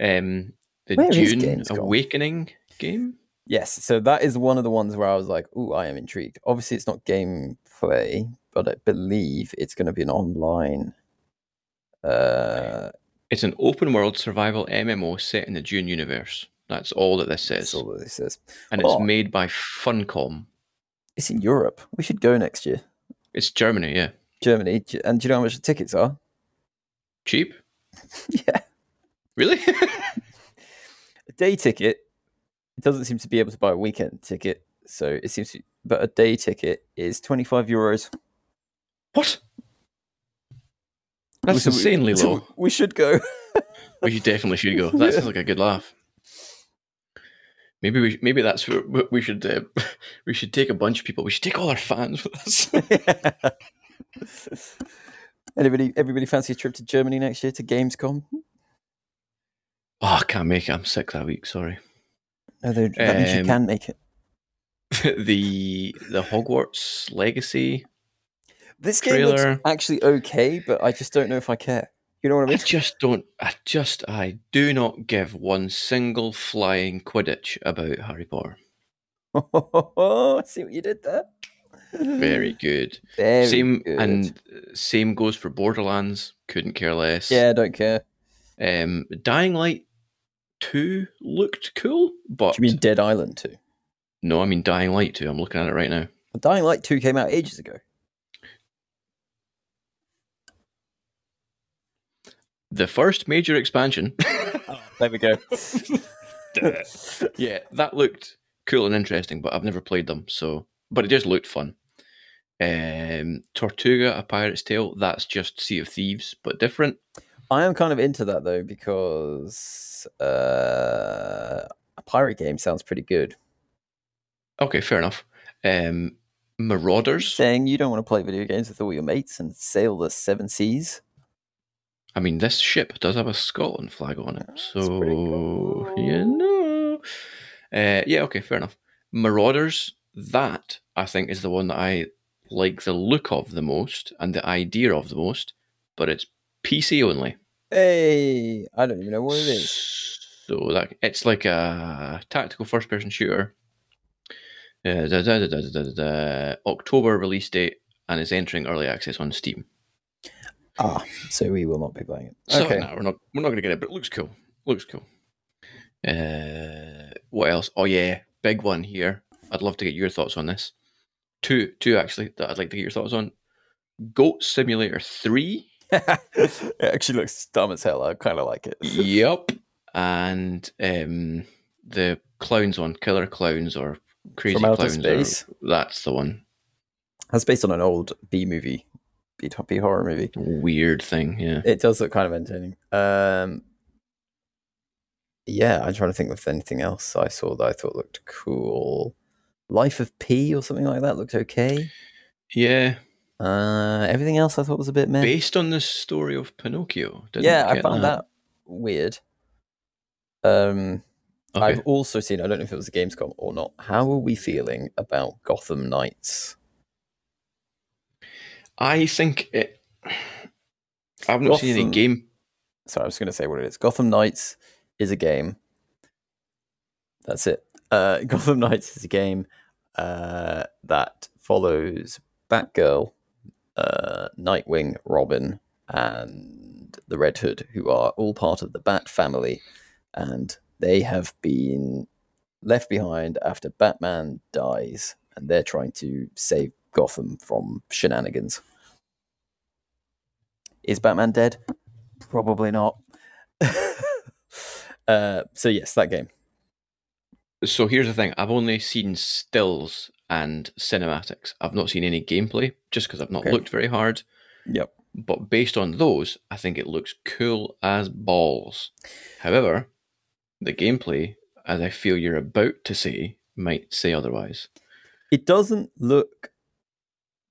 S2: Um, the
S1: Where is
S2: Dune
S1: Gamescom?
S2: Awakening game.
S1: Yes, so that is one of the ones where I was like, "Ooh, I am intrigued." Obviously, it's not gameplay, but I believe it's going to be an online. Uh,
S2: It's an open world survival MMO set in the Dune universe. That's all that this says,
S1: that's all that it says.
S2: and
S1: Oh.
S2: it's made by Funcom.
S1: It's in Europe. We should go next year.
S2: It's Germany, yeah.
S1: Germany, G- and do you know how much the tickets are?
S2: Cheap,
S1: <laughs> yeah,
S2: really? <laughs>
S1: a day ticket. It doesn't seem to be able to buy a weekend ticket, so it seems. To, but a day ticket is twenty five euros.
S2: what? That's
S1: So we-
S2: insanely
S1: so
S2: low.
S1: we should go. <laughs>
S2: Well, Oh, you definitely should go. That sounds like a good laugh. Maybe we maybe that's where we- we should uh, <laughs> we should take a bunch of people. We should take all our fans with us. <laughs> Oh,
S1: Anybody, everybody fancy a trip to Germany next year to Gamescom?
S2: oh, I can't make it. I'm sick that week. Sorry. <laughs>
S1: No, they- that means you
S2: Um,
S1: can make it.
S2: the the Hogwarts Legacy
S1: This game looks
S2: Trailer.
S1: actually okay, but I just don't know if I care. You know what I
S2: I
S1: mean?
S2: just don't. I just. I do not give one single flying quidditch about Harry Potter.
S1: Oh, <laughs> see what you did there. <gasps>
S2: Very good.
S1: Very
S2: same
S1: good.
S2: and uh, same goes for Borderlands. Couldn't care less.
S1: yeah, I don't care.
S2: Um, Dying Light Two looked cool, but
S1: Do you mean Dead Island too?
S2: no, I mean Dying Light Two. I'm looking at it right now.
S1: Dying Light two came out ages ago.
S2: The first major expansion.
S1: There we
S2: <laughs>
S1: go.
S2: yeah, that looked cool and interesting, but I've never played them, so but it just looked fun. Um, Tortuga, A Pirate's Tale. That's just Sea of Thieves, but different.
S1: I am kind of into that though because uh, a pirate game sounds pretty good.
S2: Okay, fair enough. Um, Marauders.
S1: Saying you don't want to play video games with all your mates and sail the seven seas.
S2: I mean, this ship does have a Scotland flag on it,
S1: That's pretty
S2: so
S1: cool.
S2: you know. Uh, yeah, okay, fair enough. Marauders. That I think is the one that I like the look of the most and the idea of the most, but it's PC only.
S1: Hey, I don't even know what it is.
S2: So that it's like a tactical first-person shooter. Uh, da, da, da, da, da, da, da, October release date and is entering early access on Steam.
S1: Ah, so we will not be playing it.
S2: So
S1: okay.
S2: no, we're not we're not going to get it, but it looks cool. Looks cool. Uh, what else? Oh yeah, big one here. I'd love to get your thoughts on this. Two, two actually that I'd like to get your thoughts on. Goat
S1: <laughs>
S2: Simulator Three.
S1: <laughs> it actually looks dumb as hell. I kind of like it.
S2: yep. And um, the clowns on Killer Clowns or Crazy
S1: From Outer
S2: Clowns. or-
S1: Space.
S2: that's the one.
S1: That's based on an old B movie, B, B horror movie.
S2: Weird thing, yeah.
S1: It does look kind of entertaining. Um, yeah, I'm trying to think of anything else I saw that I thought looked cool. Life of P or something like that looked okay.
S2: Yeah.
S1: Uh, everything else I thought was a bit meh.
S2: Based on the story of Pinocchio. Didn't
S1: yeah, I
S2: get
S1: found that weird. Um,
S2: Okay.
S1: I've also seen. I don't know if it was a Gamescom or not. How are we feeling about Gotham Knights?
S2: I think it I've not seen any
S1: Gotham.
S2: game
S1: Sorry, I was going to say what it is. Gotham Knights is a game. That's it. Uh, <laughs> Gotham Knights is a game uh, that follows Batgirl, uh, Nightwing, Robin, and the Red Hood, who are all part of the Bat family, and they have been left behind after Batman dies, and they're trying to save Gotham from shenanigans. Is Batman dead? Probably not. <laughs> uh, so yes, that game.
S2: So here's the thing: I've only seen stills and cinematics. I've not seen any gameplay, just because I've not
S1: Okay.
S2: looked very hard.
S1: Yep.
S2: But based on those, I think it looks cool as balls. However, the gameplay, as I feel you're about to say, might say otherwise.
S1: It doesn't look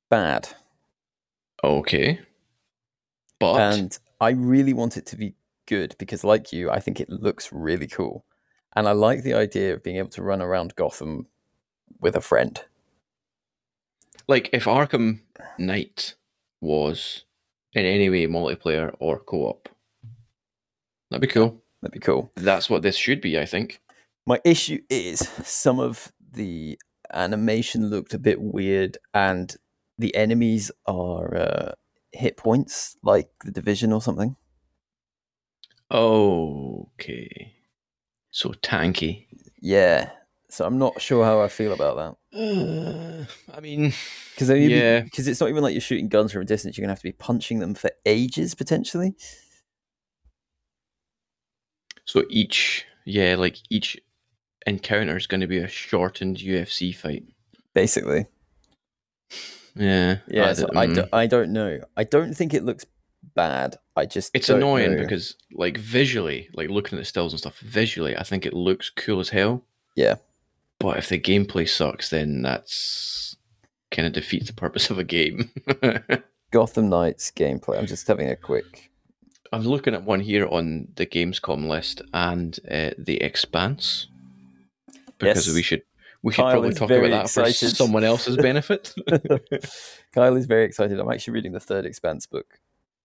S1: bad,
S2: Okay, but
S1: and I really want it to be good because, like you, I think it looks really cool, and I like the idea of being able to run around Gotham with a friend.
S2: like if Arkham Knight was in any way multiplayer or co-op, that'd be cool.
S1: That'd be cool.
S2: That's what this should be, I think.
S1: My issue is some of the animation looked a bit weird, and the enemies are uh, hit points like the division or something.
S2: Okay. So tanky.
S1: Yeah. So I'm not sure how I feel about that
S2: Uh, <sighs> I mean,
S1: because yeah.
S2: Yeah.
S1: because it's not even like you're shooting guns from a distance. You're gonna have to be punching them for ages potentially.
S2: so each, yeah, like each encounter is going to be a shortened UFC fight.
S1: Basically,
S2: Yeah.
S1: yeah. I, so I,
S2: mm.
S1: do, I don't know. I don't think it looks bad. I just
S2: It's
S1: don't
S2: annoying
S1: know.
S2: because, like, visually, like looking at the stills and stuff, visually, I think it looks cool as hell.
S1: Yeah.
S2: But if the gameplay sucks, then that's kind of defeats the purpose of a game. <laughs>
S1: Gotham Knights gameplay. I'm just having a
S2: <laughs>
S1: quick.
S2: I'm looking at one here on the Gamescom list and uh, the Expanse because
S1: Yes.
S2: we should We should
S1: Kyle
S2: probably
S1: is
S2: talk
S1: very
S2: about that for
S1: excited.
S2: someone else's benefit.
S1: <laughs> Kyle is very excited. I'm actually reading the third Expanse book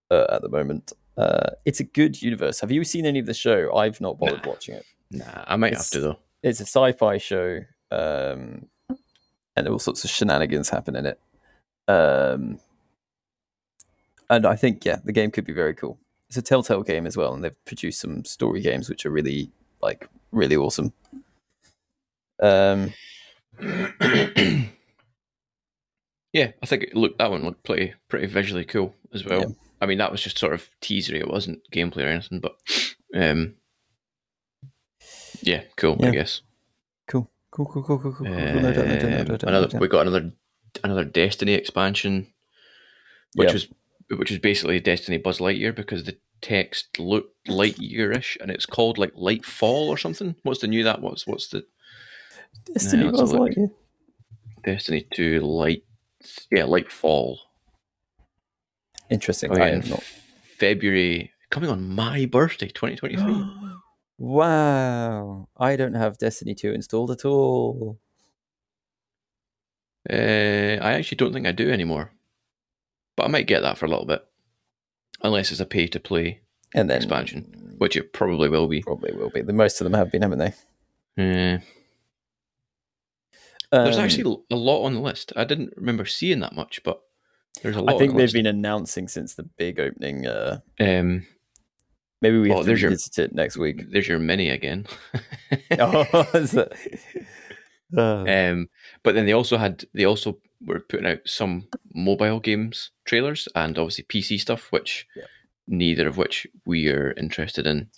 S1: uh, at the moment. Uh, it's a good universe. Have you seen any of the show? I've not bothered watching it.
S2: nah, I might
S1: It's-
S2: have to though.
S1: It's a sci-fi show, um, and all sorts of shenanigans happen in it. Um, and I think, yeah, the game could be very cool. It's a Telltale game as well, and they've produced some story games which are really, like, really awesome. Um,
S2: <clears throat> yeah, I think it looked that one looked pretty pretty visually cool as well.
S1: Yeah.
S2: I mean, that was just sort of teasery; it wasn't gameplay or anything. But um, yeah, cool.
S1: Yeah.
S2: I guess.
S1: cool, cool, cool, cool, cool, cool. cool.
S2: Um,
S1: No doubt, no doubt, no doubt, no doubt, no
S2: another,
S1: doubt.
S2: we got another another Destiny expansion, which
S1: Yeah.
S2: was which is basically Destiny Buzz Lightyear because the text looked Lightyear-ish, and it's called like Lightfall or something. What's the new that was? What's the
S1: Destiny
S2: let's
S1: was
S2: have a
S1: like,
S2: look. Destiny Two Light? Yeah, Lightfall.
S1: interesting.
S2: Coming
S1: I
S2: out
S1: am
S2: in <gasps>
S1: not.
S2: February, coming on my birthday, 2023.
S1: <gasps> wow, I don't have Destiny 2 installed at all.
S2: uh, I actually don't think I do anymore, but I might get that for a little bit, unless it's a pay to play,
S1: And then
S2: Expansion. which it probably will be.
S1: probably will be. The most of them have been, haven't they?
S2: Uh, there's
S1: Um,
S2: actually a lot on the list. I didn't remember seeing that much, but there's a lot.
S1: I think
S2: on the
S1: they've
S2: list.
S1: been announcing since the big opening. Uh,
S2: Um,
S1: maybe we have
S2: Well,
S1: to
S2: Oh, there's your-
S1: revisit it next week. <laughs>
S2: there's your mini again.
S1: oh, is
S2: <laughs>
S1: that- Uh,
S2: Um, but then they also had they also were putting out some mobile games trailers and obviously PC stuff, which
S1: Yeah.
S2: neither of which we are interested in.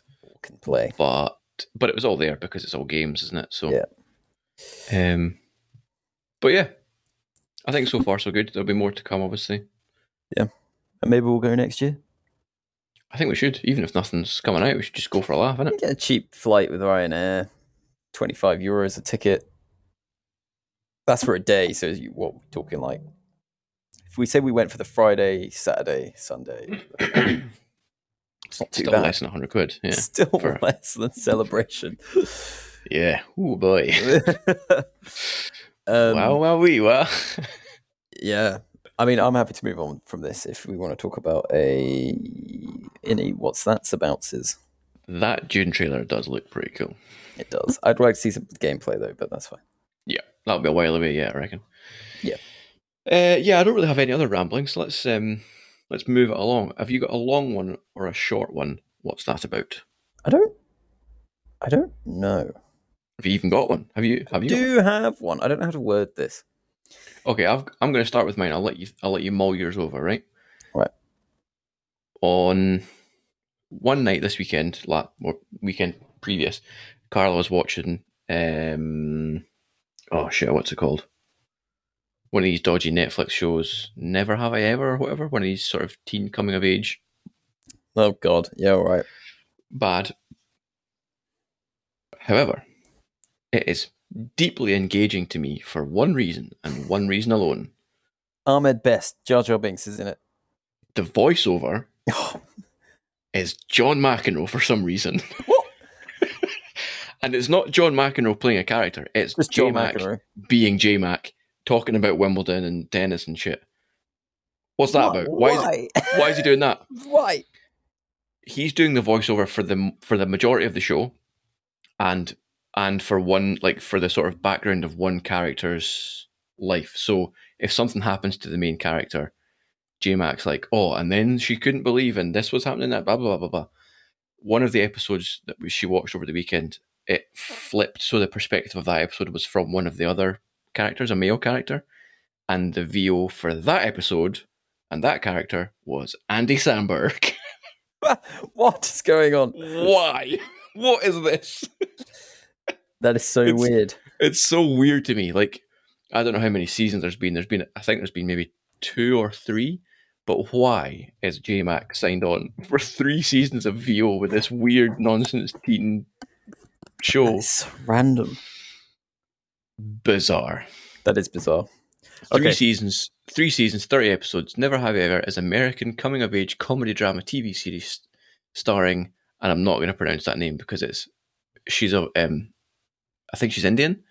S1: can play.
S2: But but it was all there because it's all games, isn't it? So
S1: Yeah.
S2: Um, but yeah, I think so far so good. There'll be more to come, obviously.
S1: And maybe we'll go next year.
S2: I think we should, even if nothing's coming out, we should just go for a laugh, innit?
S1: Get a cheap flight with Ryanair, 25 euros a ticket. That's for a day. So, you, what we're talking like? If we say we went for the Friday, Saturday,
S2: <coughs>
S1: Sunday, it's not too
S2: Still
S1: bad.
S2: less than hundred quid. Yeah,
S1: Still
S2: for-
S1: <laughs> less than celebration.
S2: yeah. Oh boy.
S1: um,
S2: <laughs> wow, wow, we wow. <laughs>
S1: Yeah. I mean, I'm happy to move on from this if we want to talk about a any what's that's about is.
S2: that June trailer does look pretty cool.
S1: It does. I'd like to see some gameplay though, but that's fine.
S2: Yeah, that'll be a while away. Yeah, I reckon.
S1: Yeah.
S2: Uh, yeah, I don't really have any other ramblings. Let's um, let's move it along. Have you got a long one or a short one? What's that about?
S1: I don't. I don't know.
S2: Have you even got one? Have you? Have you?
S1: Do you have one? I don't know how to word this.
S2: got- Okay, I've, I'm going to start with mine. I'll let you. I'll let you mull yours over. Right.
S1: Right.
S2: On one night this weekend, la or weekend previous, Carla was watching. Um, oh shit! What's it called? One of these dodgy Netflix shows, Never Have I Ever, or whatever. One of these sort of teen coming of age
S1: Oh God. Yeah. All right.
S2: bad. However, it is deeply engaging to me for one reason and one reason alone.
S1: Ahmed Best. Jar Jar Binks is in it. <laughs> Oh,
S2: The voiceover is John McEnroe for
S1: <laughs>
S2: some reason. <laughs>
S1: What?
S2: and it's not John McEnroe playing a character, it's
S1: Just
S2: J
S1: Joe
S2: Mac
S1: McEnroe.
S2: being J Mac talking about Wimbledon and tennis and shit. What's that about? Why is,
S1: Why?
S2: why is he doing that?
S1: <laughs> Why?
S2: he's doing the voiceover for the for the majority of the show, and and for one like for the sort of background of one character's life. So if something happens to the main character, J Mac's like, oh, and then she couldn't believe, and this was happening, that blah blah blah blah blah. One of the episodes that we- she watched over the weekend, it flipped. So the perspective of that episode was from one of the other characters, a male character, and the VO for that episode and that character was Andy Samberg. <laughs>
S1: What is going on?
S2: Why? <laughs> What is this?
S1: That is so
S2: It's-
S1: weird.
S2: It's so weird to me. Like, I don't know how many seasons there's been. There's been, I think there's been maybe two or three. But why is J Mac signed on <laughs> for three seasons of VO with this weird nonsense teen show?
S1: It's so random.
S2: Bizarre.
S1: That is bizarre.
S2: Three
S1: Okay.
S2: seasons, three seasons, thirty episodes. Never Have I Ever is an American coming of age comedy drama TV series starring, and I'm not going to pronounce that name because it's she's a um, I think she's Indian,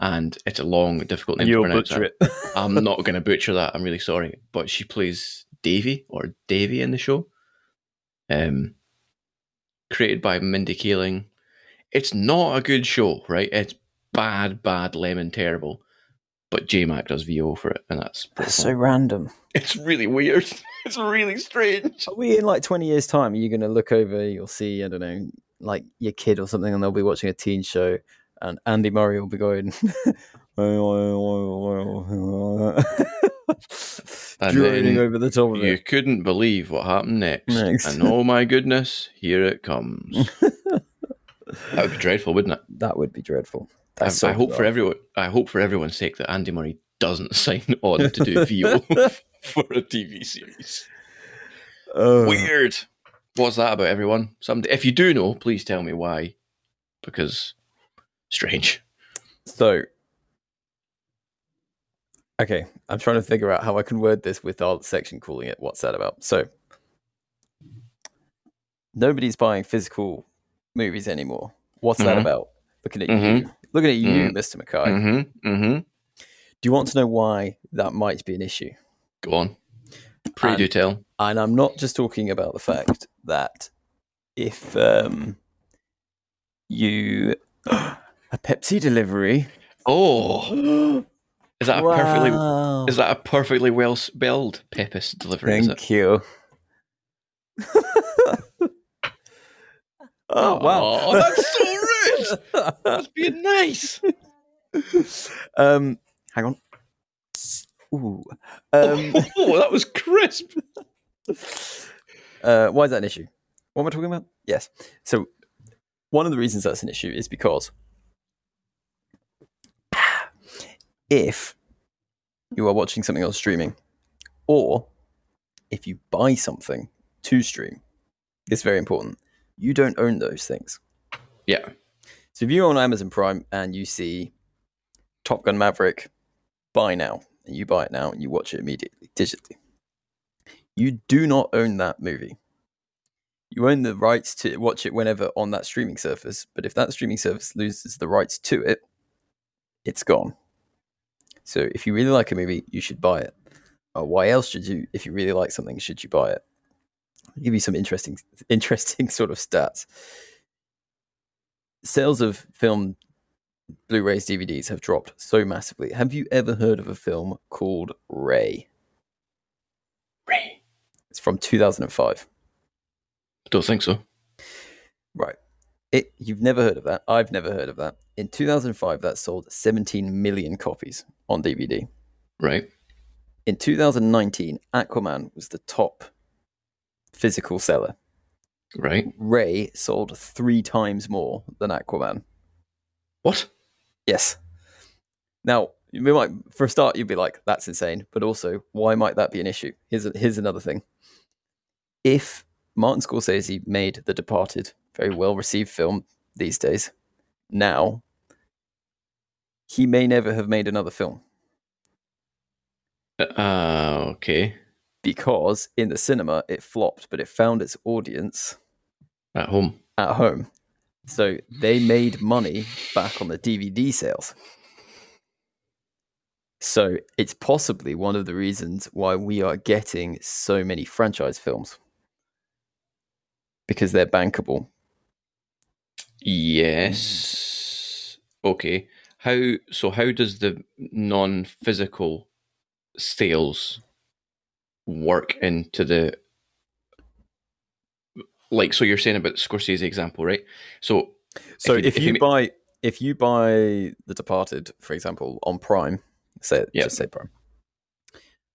S2: and it's a long, difficult name
S1: You'll
S2: to pronounce.
S1: butcher it. <laughs>
S2: I'm not going to butcher that. I'm really sorry, but she plays Davy or Davy in the show. Um, created by Mindy Kaling. It's not a good show, right? It's bad, bad, lemon, terrible. But J Mac does VO for it, and that's pretty
S1: That's so
S2: fun.
S1: random.
S2: <laughs> It's really weird. <laughs> It's really strange.
S1: Are we in like 20 years' time? Are you going to look over, you'll see, I don't know, like your kid or something, and they'll be watching a teen show, and Andy Murray will be going. <laughs>
S2: And
S1: Droning
S2: then
S1: over the top of
S2: You
S1: it.
S2: couldn't believe what happened next.
S1: Next.
S2: And oh my goodness, here
S1: <laughs>
S2: it comes. that would be dreadful, wouldn't it?
S1: That would be dreadful.
S2: I,
S1: That's so
S2: I hope for
S1: bizarre.
S2: everyone. I hope for everyone's sake that Andy Murray doesn't <laughs> sign on
S1: <laughs>
S2: to do VO <laughs> for a TV series.
S1: Ugh.
S2: Weird. What's that about, everyone? Somebody, if you do know, please tell me why, because strange.
S1: So, okay, I'm trying to figure out how I can word this without section calling it "What's that about?" So, nobody's buying physical movies anymore. What's that
S2: Mhm.
S1: about? Looking at you,
S2: Mhm.
S1: looking at you,
S2: Mhm.
S1: Mister Mackay.
S2: Mm-hmm. Mm-hmm.
S1: Do you want to know why that might be an issue?
S2: Go on. Pray
S1: And-
S2: do tell.
S1: and I'm not just talking about the fact that if um, you <gasps> a Pepsi delivery,
S2: Oh, is that <gasps> a perfectly
S1: Wow.
S2: Is that a perfectly well spelled Pepis delivery? is it?
S1: Thank you. <laughs> oh
S2: Oh,
S1: wow!
S2: that's so rude.
S1: <laughs>
S2: That's being nice. <laughs>
S1: um, hang on. Ooh. <laughs> Um,
S2: oh, that was crisp.
S1: uh, why is that an issue? What am I talking about? Yes. So, one of the reasons that's an issue is because <sighs> if you are watching something on streaming, or if you buy something to stream, it's very important. You don't own those things.
S2: Yeah.
S1: So, if you're on Amazon Prime and you see Top Gun Maverick, buy now, and you buy it now, and you watch it immediately digitally. You do not own that movie. You own the rights to watch it whenever on that streaming service, but if that streaming service loses the rights to it, it's gone. So if you really like a movie, you should buy it. Uh, why else should you? If you really like something, should you buy it? I'll give you some interesting, interesting <laughs> sort of stats. Sales of film Blu-rays, DVDs have dropped so massively. Have you ever heard of a film called Ray?
S2: Ray.
S1: It's from 2005.
S2: Don't think so.
S1: Right. It, you've never heard of that. I've never heard of that. In 2005, that sold 17 million copies on DVD.
S2: Right.
S1: In 2019, Aquaman was the top physical seller.
S2: Right.
S1: Ray sold three times more than Aquaman.
S2: What?
S1: Yes. Now, you might, for a start, you'd be like, that's insane. But also, why might that be an issue? Here's, a, here's another thing. If Martin Scorsese made The Departed, very well received film these days, now, he may never have made another film
S2: Uh, okay.
S1: because in the cinema it flopped, but it found its audience
S2: At home.
S1: at home. So they made money back on the DVD sales. So it's possibly one of the reasons why we are getting so many franchise films because they're bankable.
S2: Yes. Okay. How so? How does the non-physical sales work into the like? So you're saying about Scorsese example, right? So
S1: So
S2: If
S1: if
S2: you-
S1: you,
S2: if you ma-
S1: buy if you buy The Departed, for example, on Prime, say
S2: Yeah.
S1: just say Prime,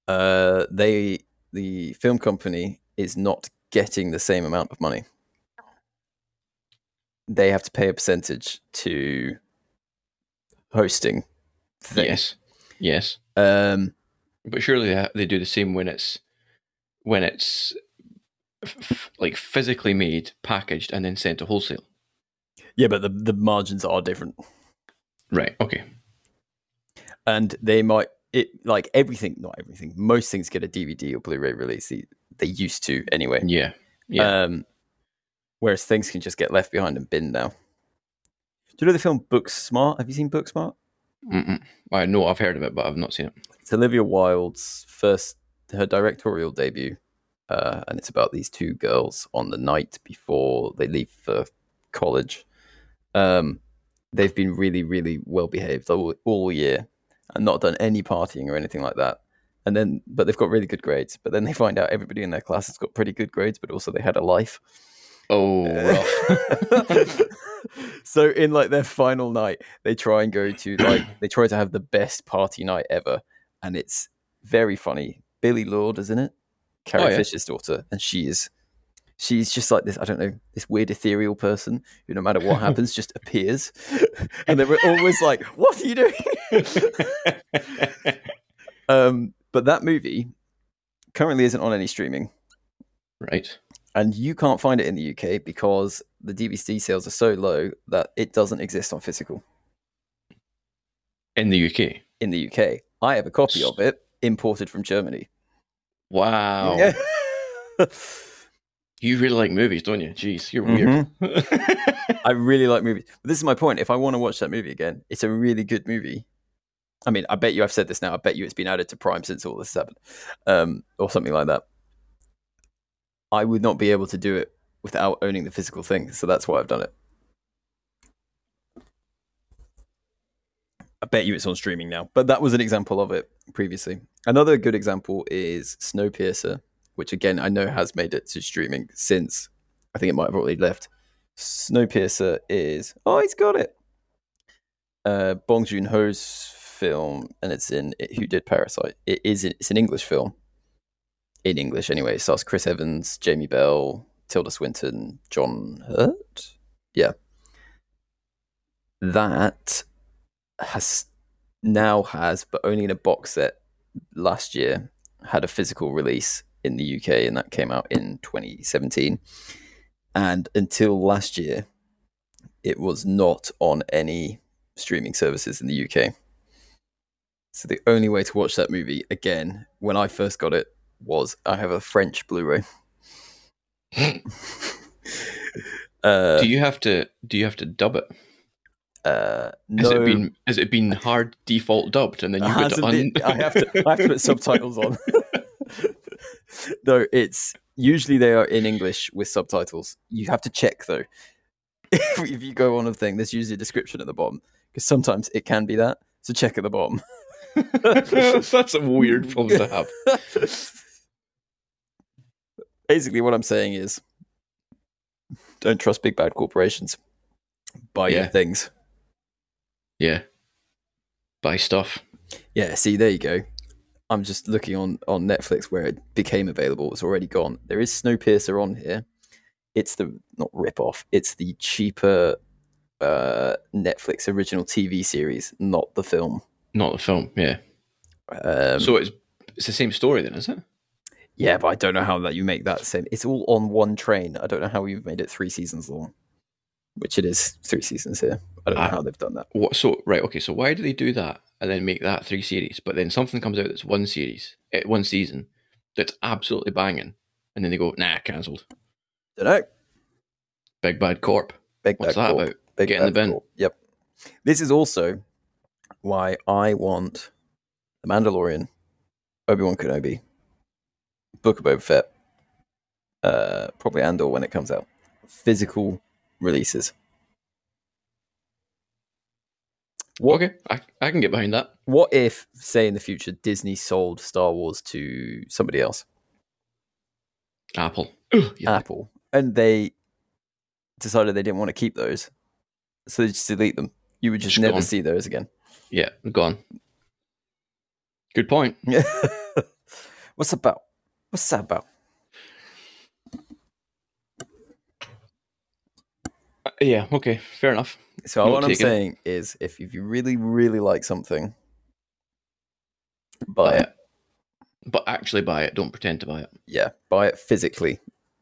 S1: uh, they the film company is not getting the same amount of money. They have to pay a percentage to hosting. Thing.
S2: yes, yes.
S1: Um,
S2: But surely they, ha- they do the same when it's when it's f- f- like physically made, packaged, and then sent to wholesale.
S1: yeah, but the the margins are different.
S2: Right. Okay.
S1: and they might it like everything not everything most things get a dvd or blu-ray release they, they used to anyway
S2: Yeah. Yeah.
S1: um whereas things can just get left behind and binned now do you know the film book smart have you seen book smart
S2: Mm-mm. I know I've heard of it, but I've not seen it.
S1: It's Olivia Wilde's first her directorial debut, uh, and it's about these two girls on the night before they leave for college. Um, they've been really, really well behaved all, all year and not done any partying or anything like that. And then, but they've got really good grades. But then they find out everybody in their class has got pretty good grades, but also they had a life.
S2: Oh, rough.
S1: <laughs> so in like their final night, they try and go to like
S2: <clears throat>
S1: they try to have the best party night ever, and it's very funny. Billy Lord, isn't it? Carrie
S2: Oh, yeah.
S1: Fisher's daughter, and she is she's just like this. I don't know this weird ethereal person who, no matter what happens, just appears, <laughs> and they were always like, "What are you doing?" <laughs> Um, but that movie currently isn't on any streaming
S2: right.
S1: and you can't find it in the UK because the DVD sales are so low that it doesn't exist on physical
S2: In the UK.
S1: in the UK. I have a copy of it imported from Germany.
S2: Wow.
S1: Yeah. <laughs>
S2: You really like movies, don't you? Jeez, you're
S1: Mm-hmm.
S2: weird.
S1: <laughs> I really like movies. But this is my point. If I want to watch that movie again, it's a really good movie. I mean, I bet you I've said this now. I bet you it's been added to Prime since all this happened, um, or something like that. I would not be able to do it without owning the physical thing, so that's why I've done it. I bet you it's on streaming now, but that was an example of it previously. Another good example is Snowpiercer, which again I know has made it to streaming since I think it might have already left. Snowpiercer is oh he's got it. Uh, Bong Joon Ho's film, and it's in it, Who Did Parasite. It is it's an English film, in English anyway. It stars Chris Evans, Jamie Bell, Tilda Swinton, John Hurt. Yeah, that has now has, but only in a box set. Last year had a physical release in the UK, and that came out in 2017 and until last year, it was not on any streaming services in the UK. So the only way to watch that movie again, when I first got it, was I have a French
S2: <laughs>
S1: Blu-ray. uh,
S2: do you have to? Do you have to dub it?
S1: uh, no,
S2: Has it been? Has it been hard default dubbed, and then
S1: It
S2: you have
S1: hasn't
S2: to <laughs> un-
S1: been- I have to. I have to put subtitles on. <laughs> no, it's usually they are in English with subtitles. You have to check though. <laughs> if, if you go on a thing, there's usually a description at the bottom because sometimes it can be that. So check at the <laughs> bottom.
S2: <laughs> That's a weird problem to have.
S1: Basically, what I'm saying is, don't trust big bad corporations. Buy your
S2: Yeah.
S1: things.
S2: Yeah. Buy stuff.
S1: Yeah, see, there you go. I'm just looking on on Netflix where it became available. It's already gone. There is Snowpiercer on here. It's the not rip off. It's the cheaper uh, Netflix original TV series, not the film.
S2: Not the film. Yeah.
S1: Um,
S2: so it's it's the same story then, is it?
S1: yeah, but I don't know how that you make that same. It's all on one train. I don't know how you've made it three seasons long, which it is three seasons here. I don't know
S2: Ah.
S1: how they've done that.
S2: What? So right. Okay. So why do they do that and then make that three series? But then something comes out that's one series, eh, one season, that's absolutely banging, and then they go, nah, cancelled.
S1: Don't know.
S2: Big bad corp.
S1: Big
S2: What's
S1: bad
S2: that
S1: corp.
S2: about?
S1: Big
S2: Get in the
S1: bad
S2: bin.
S1: corp. Yep. This is also why I want The Mandalorian, Obi Wan Kenobi, Book of Boba Fett, uh, probably Andor when it comes out. Physical releases.
S2: Okay. I, I can get behind that.
S1: What if, say, in the future, Disney sold Star Wars to somebody else,
S2: Apple. Ugh, yeah.
S1: Apple, and they decided they didn't want to keep those, so they just delete them? You would just
S2: Just
S1: never
S2: gone.
S1: see those again.
S2: yeah. Gone. Good point.
S1: Yeah. What's that about? What's that about?
S2: Uh, Yeah. Okay. Fair enough.
S1: So
S2: Not
S1: what I'm
S2: taken.
S1: saying is, if if you really really like something, buy it.
S2: But actually buy it. Don't pretend to buy it.
S1: Yeah, buy it physically,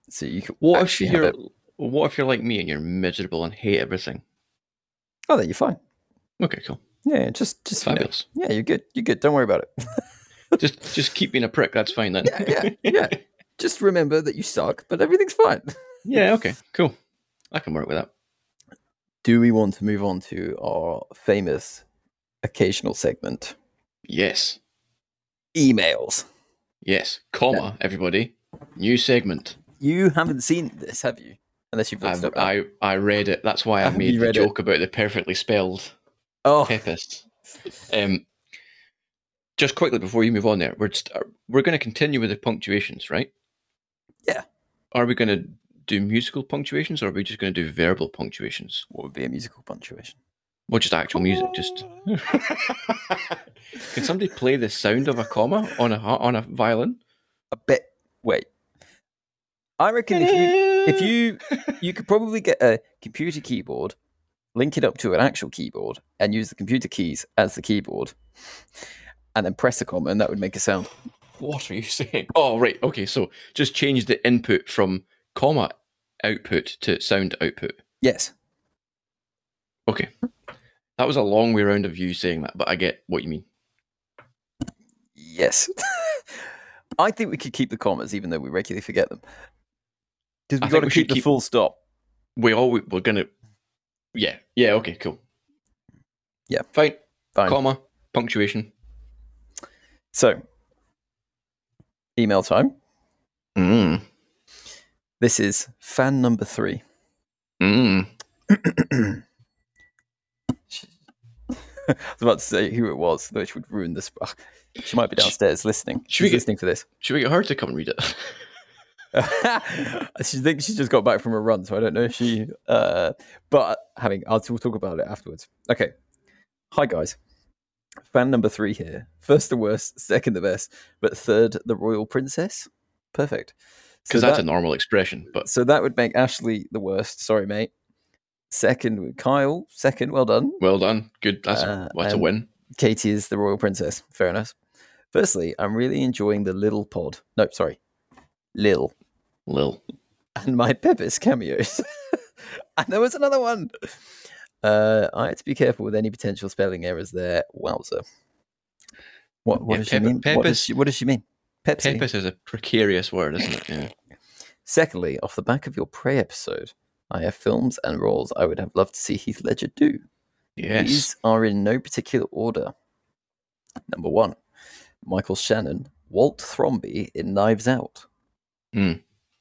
S1: so you can.
S2: What
S1: actually
S2: if
S1: have
S2: you're
S1: it.
S2: What if you're like me and you're miserable and hate everything?
S1: Oh, then you're fine.
S2: Okay, cool,
S1: <laughs> Yeah, just just you know,
S2: fabulous.
S1: yeah, you're good. You're good. Don't worry about it. <laughs>
S2: just just keep being a prick. That's fine then. <laughs>
S1: Yeah, yeah, yeah. Just remember that you suck, but everything's fine. <laughs>
S2: Yeah, Okay. Cool. I can work with that.
S1: Do we want to move on to our famous occasional segment
S2: Yes.
S1: emails.
S2: Yes. Comma, everybody. New segment.
S1: You haven't seen this, have you? Unless you've
S2: I've,
S1: looked it up.
S2: I, I read it. That's why I
S1: Have <laughs>
S2: made
S1: you
S2: the
S1: read it?
S2: joke about the perfectly spelled
S1: oh,
S2: pepist. Um, just quickly before you move on, there, we're just, uh, we're going to continue with the punctuations, right?
S1: Yeah.
S2: Are we going to do musical punctuations, or are we just going to do verbal punctuations?
S1: what would be a musical punctuation?
S2: Well, just actual music.
S1: <laughs>
S2: Just can somebody play the sound of a comma on a on a violin?
S1: A bit. Wait. I reckon if you if
S2: <laughs>
S1: you you could probably get a computer keyboard, link it up to an actual keyboard, and use the computer keys as the keyboard, and then press a comma, and that would make a sound.
S2: What are you <laughs> saying? Oh, right. Okay, so just change the input from comma output to sound output.
S1: Yes.
S2: Okay. That was a long way round of you saying that, but I get what you mean.
S1: Yes. <laughs> I think we could keep the commas, even though we regularly forget them. Because
S2: I
S1: we've got
S2: think
S1: to
S2: we should
S1: keep the
S2: keep-
S1: full stop.
S2: We all we're gonna. Yeah. Yeah. Okay. Cool.
S1: Yeah.
S2: Fine.
S1: Fine.
S2: Comma punctuation.
S1: so, email time.
S2: Mm.
S1: This is fan number three.
S2: Mm.
S1: I was about to say who it was, which would ruin this. She might be downstairs listening.
S2: Should we
S1: She's
S2: get-
S1: listening for this. <laughs>
S2: Should we get her to come and read it? <laughs>
S1: she thinks she's just got back from a run, so I don't know if she. Uh, but having, I'll we'll talk about it afterwards. Okay. Hi guys, fan number three here. First the worst, second the best, but third the royal princess. Perfect. So
S2: Because that's
S1: that-
S2: a normal expression, but
S1: so that would make Ashley the worst. Sorry, mate. Second, with Kyle. Second, well done.
S2: well done. Good. That's
S1: Uh,
S2: a, that's a
S1: and-
S2: win.
S1: Katie is the royal princess. Fair enough. Firstly, I'm really enjoying the Lil pod. No, sorry, Lil
S2: Lil.
S1: and my Pepis cameos. <laughs> and there was another one. Uh, I had to be careful with any potential spelling errors there. Wowzer. What, what does she
S2: Yeah, Pep-
S1: mean? What does
S2: Pepis-
S1: she, what does she mean? Pepsi.
S2: Pepis is a precarious word, isn't it? Yeah.
S1: Secondly, off the back of your prey episode, I have films and roles I would have loved to see Heath Ledger do.
S2: Yes.
S1: These are in no particular order. Number one, Michael Shannon, Walt Thromby in Knives Out.
S2: Hmm.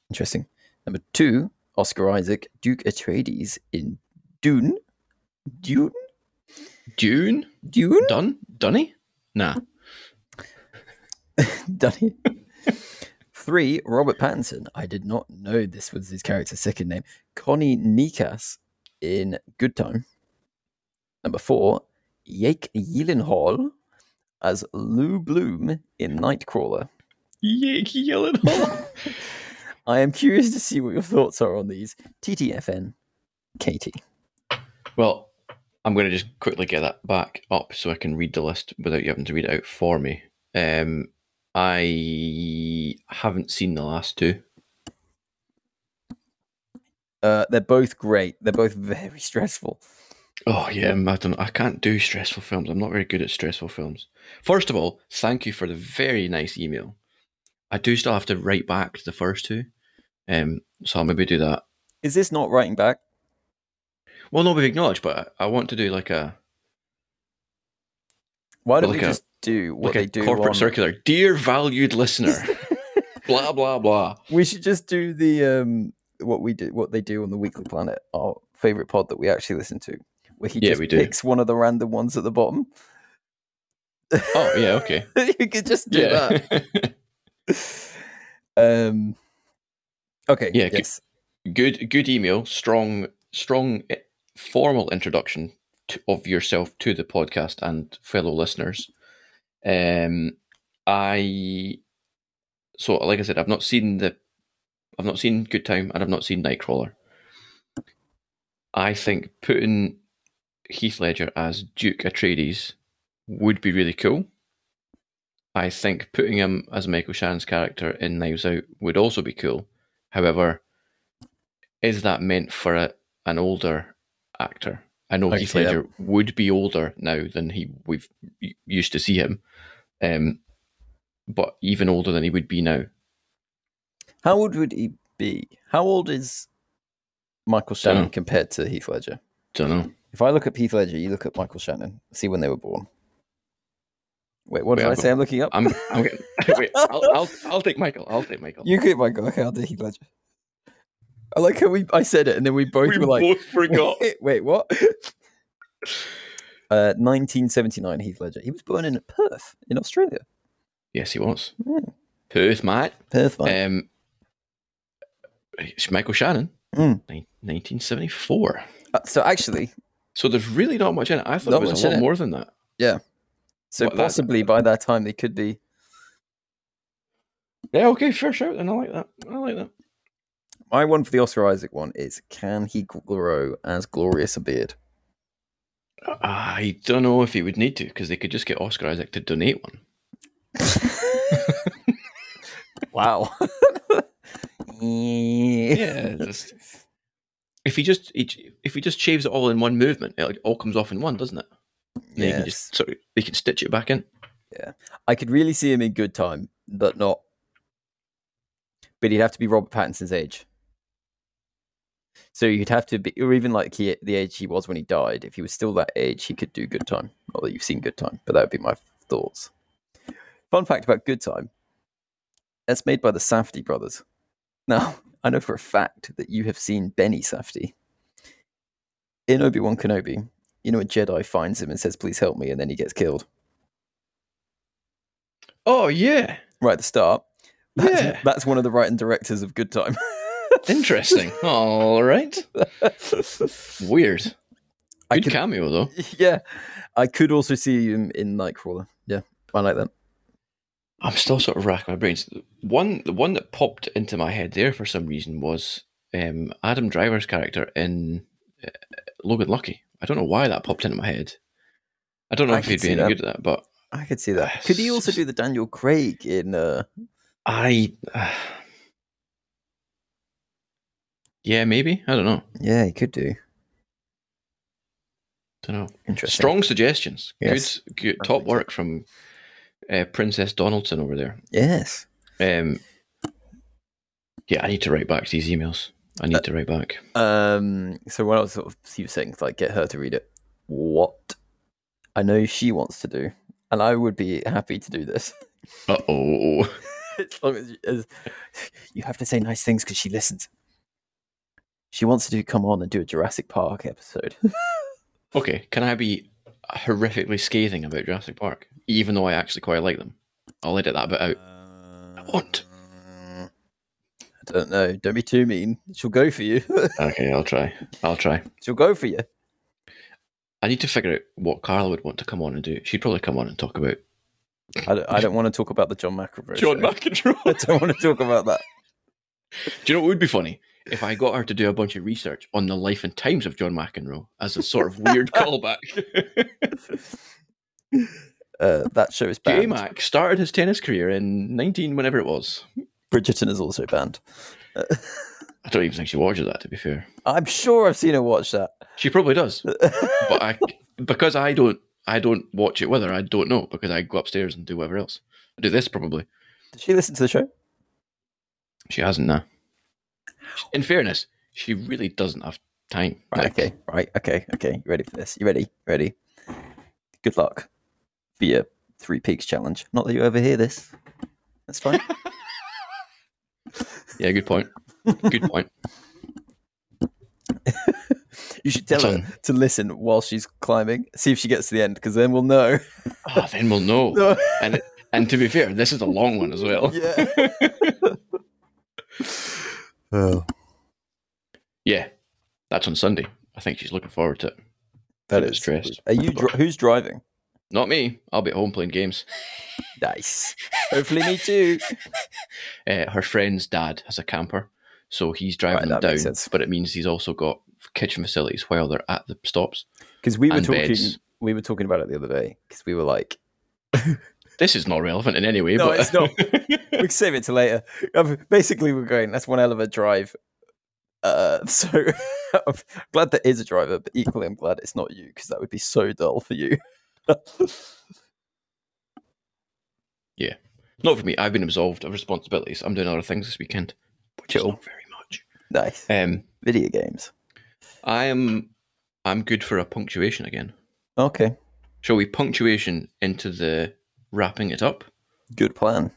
S1: Interesting. Number two, Oscar Isaac, Duke Atreides in Dune. Dune?
S2: Dune.
S1: Dune?
S2: Done. Dunny. Nah.
S1: Dunny. <laughs> Three, Robert Pattinson. I did not know this was his character's second name. Connie Nikas in Good Time. Number four, Jake Gyllenhaal as Lou Bloom in Nightcrawler. <laughs>
S2: Yake yelling. hall.
S1: I am curious to see what your thoughts are on these. TTFN, Katie.
S2: <laughs> Well, I'm going to just quickly get that back up so I can read the list without you having to read it out for me. Um, I haven't seen the last two.
S1: Uh, they're both great. They're both very <laughs> stressful.
S2: Oh yeah, madam, I can't do stressful films. I'm not very good at stressful films. First of all, thank you for the very nice email. I do still have to write back to the first two, um, so I'll maybe do that.
S1: Is this not writing back?
S2: Well, no, we've acknowledged, but I I want to do like a
S1: Why don't
S2: Well, like
S1: we
S2: a-
S1: just do what
S2: like
S1: they
S2: a
S1: do?
S2: corporate
S1: on-
S2: circular. Dear
S1: <laughs>
S2: valued listener, blah blah blah.
S1: we should just do the um, what we do, what they do on the Weekly Planet, our favorite pod that we actually listen to, where he
S2: Yeah,
S1: just
S2: we do.
S1: picks one of the random ones at the bottom. <laughs>
S2: Oh yeah, okay,
S1: you could just do
S2: yeah.
S1: that.
S2: <laughs>
S1: Um, okay.
S2: Yeah, g-
S1: Yes.
S2: <laughs> good good email strong strong eh, formal introduction to, of yourself to the podcast and fellow listeners um i so like i said i've not seen the i've not seen good time and i've not seen nightcrawler i think putting heath ledger as duke atreides would be really cool i think putting him as michael shannon's character in knives out would also be cool however is that meant for a, an older actor? I know
S1: I
S2: Heath
S1: see that.
S2: Ledger would be older now than he we've y- used to see him, um, but even older than he would be now.
S1: How old would he be? How old is Michael Shannon
S2: Dunno.
S1: compared to Heath Ledger?
S2: Don't know.
S1: If I look at Heath Ledger, you look at Michael Shannon. See when they were born. Wait, what did
S2: Wait,
S1: I
S2: I've
S1: say? I'm looking up.
S2: I'm,
S1: <laughs>
S2: I'm getting, wait, I'll, I'll, I'll take Michael. I'll take Michael.
S1: you could, my God, okay, I'll do Heath Ledger. I like how we. I said it, and then we both were like,
S2: both forgot.
S1: <laughs> "Wait, what?" Uh, 1979, Heath Ledger. He was born in Perth, in Australia.
S2: yes, he was.
S1: Yeah.
S2: Perth, Matt.
S1: Perth, mate.
S2: Um, it's Michael Shannon,
S1: Mm.
S2: nin- 1974.
S1: Uh, so actually,
S2: So there's really not much in it. I thought
S1: Not
S2: it
S1: much
S2: was a
S1: in
S2: lot
S1: it.
S2: more than that.
S1: so
S2: What, that-
S1: possibly by that time they could be.
S2: Yeah, okay, fair shout. And I like that. I like that.
S1: My one for the Oscar Isaac one is: Can he grow as glorious a
S2: <laughs>
S1: beard? <laughs>
S2: I don't know if he would need to because they could just get Oscar Isaac to
S1: <laughs>
S2: donate one.
S1: wow. <laughs>
S2: Yeah, just if he just he- if he just shaves it all in one movement, it all comes off in one, doesn't it? Yeah. You can just sort of they can stitch it back in.
S1: I could really see him in good time, but not. But he'd have to be Robert Pattinson's age. So you'd have to be, or even like he, the age he was when he died. If he was still that age, he could do Good Time. Not that you've seen Good Time, but that would be my thoughts. Fun fact about Good Time: that's made by the Safdie brothers. Now I know for a fact that you have seen Benny Safdie in Obi Wan Kenobi. You know, a Jedi finds him and says, "Please help me," and then he gets killed.
S2: Oh yeah,
S1: right at the start. That's,
S2: Yeah.
S1: that's one of the writing directors of Good Time. <laughs>
S2: <laughs> interesting. all right, weird.
S1: I
S2: Good
S1: could-
S2: cameo though.
S1: <laughs> yeah, I could also see him in Nightcrawler. Yeah, I like that.
S2: I'm still sort of racking my brains. One, the one that popped into my head there for some reason was um, Adam Driver's character in uh, Logan Lucky. I don't know why that popped into my head. I don't know
S1: I
S2: if
S1: can
S2: he'd
S1: see
S2: be any
S1: that.
S2: good at that, but
S1: I could see that. Could he also do the Daniel Craig in? Uh,
S2: I, <sighs> yeah, maybe. I don't know.
S1: yeah, he could do.
S2: Don't know.
S1: Interesting.
S2: Strong suggestions.
S1: Yes.
S2: Good, good top work from uh, Princess Donaldson over there.
S1: Yes.
S2: Um, yeah, I need to write back to these emails. I need
S1: Uh,
S2: to write back.
S1: Um. So what I was sort of you were saying, like, get her to read it. What? I know she wants to do, and I would be happy to do this. <laughs>
S2: Uh oh.
S1: as long as you, as you have to say nice things because she listens. She wants to do come on and do a Jurassic Park episode.
S2: Okay, can I be horrifically scathing about Jurassic Park, even though I actually quite like them? I'll edit that bit out. want.
S1: I don't know. Don't be too mean. She'll go for you. <laughs>
S2: Okay, I'll try. I'll try.
S1: She'll go for you.
S2: I need to figure out what Carla would want to come on and do. She'd probably come on and talk about
S1: I don't, I don't want to talk about the John McEnroe. show. I
S2: McEnroe.
S1: don't want to talk about that.
S2: <laughs> do you know what would be funny? If I got her to do a bunch of research on the life and times of John McEnroe as a sort of weird callback. <laughs>
S1: Uh, that show is
S2: J
S1: banned.
S2: Mac started his tennis career in 19, whenever it was.
S1: Bridgerton is also banned.
S2: I don't even think she watches that, to be fair.
S1: I'm sure I've seen her watch that.
S2: She probably <laughs> does. but I because I don't I don't watch it with her. I don't know because I go upstairs and do whatever else. I do this probably.
S1: Did she listen to the show?
S2: She hasn't now. In fairness, she really doesn't have time.
S1: Right,
S2: Like,
S1: okay, right, okay, okay. You ready for this? You ready? Ready? Good luck for your Three Peaks challenge. Not that you ever hear this. That's <laughs> fine.
S2: Yeah,
S1: <laughs>
S2: good point. Good point.
S1: you should tell her to listen while she's climbing. See if she gets to the end, because then we'll know.
S2: Ah, then we'll know.
S1: No.
S2: And and to be fair, this is a long one as well.
S1: yeah. <laughs> oh,
S2: Yeah. That's on Sunday. I think she's looking forward to it.
S1: that
S2: Keep it
S1: is
S2: stressed.
S1: Are you? Dri- who's driving?
S2: Not me. I'll be at home playing games.
S1: Nice. <laughs> Hopefully, me <laughs> too.
S2: Uh, her friend's dad has a camper, so he's
S1: Right,
S2: driving
S1: that
S2: them
S1: makes
S2: down.
S1: sense.
S2: But it means he's also got kitchen facilities while they're at the stops.
S1: Because we were
S2: And
S1: talking.
S2: beds.
S1: We were talking about it the other day. Because we were like,
S2: This is not relevant in any way.
S1: No,
S2: but
S1: it's
S2: <laughs>
S1: not. we can save it to later. Um, Basically, we're going. That's one hell of a drive. Uh, <laughs> so I'm glad there is a driver, but equally I'm glad it's not you because that would be so dull for you. <laughs>
S2: Not for me. I've been absolved of responsibilities. I'm doing other things this weekend, which is
S1: Cool.
S2: not very much.
S1: nice
S2: Um,
S1: video games.
S2: I am I'm good for a punctuation again.
S1: Okay.
S2: Shall we punctuation into the wrapping it up?
S1: Good plan.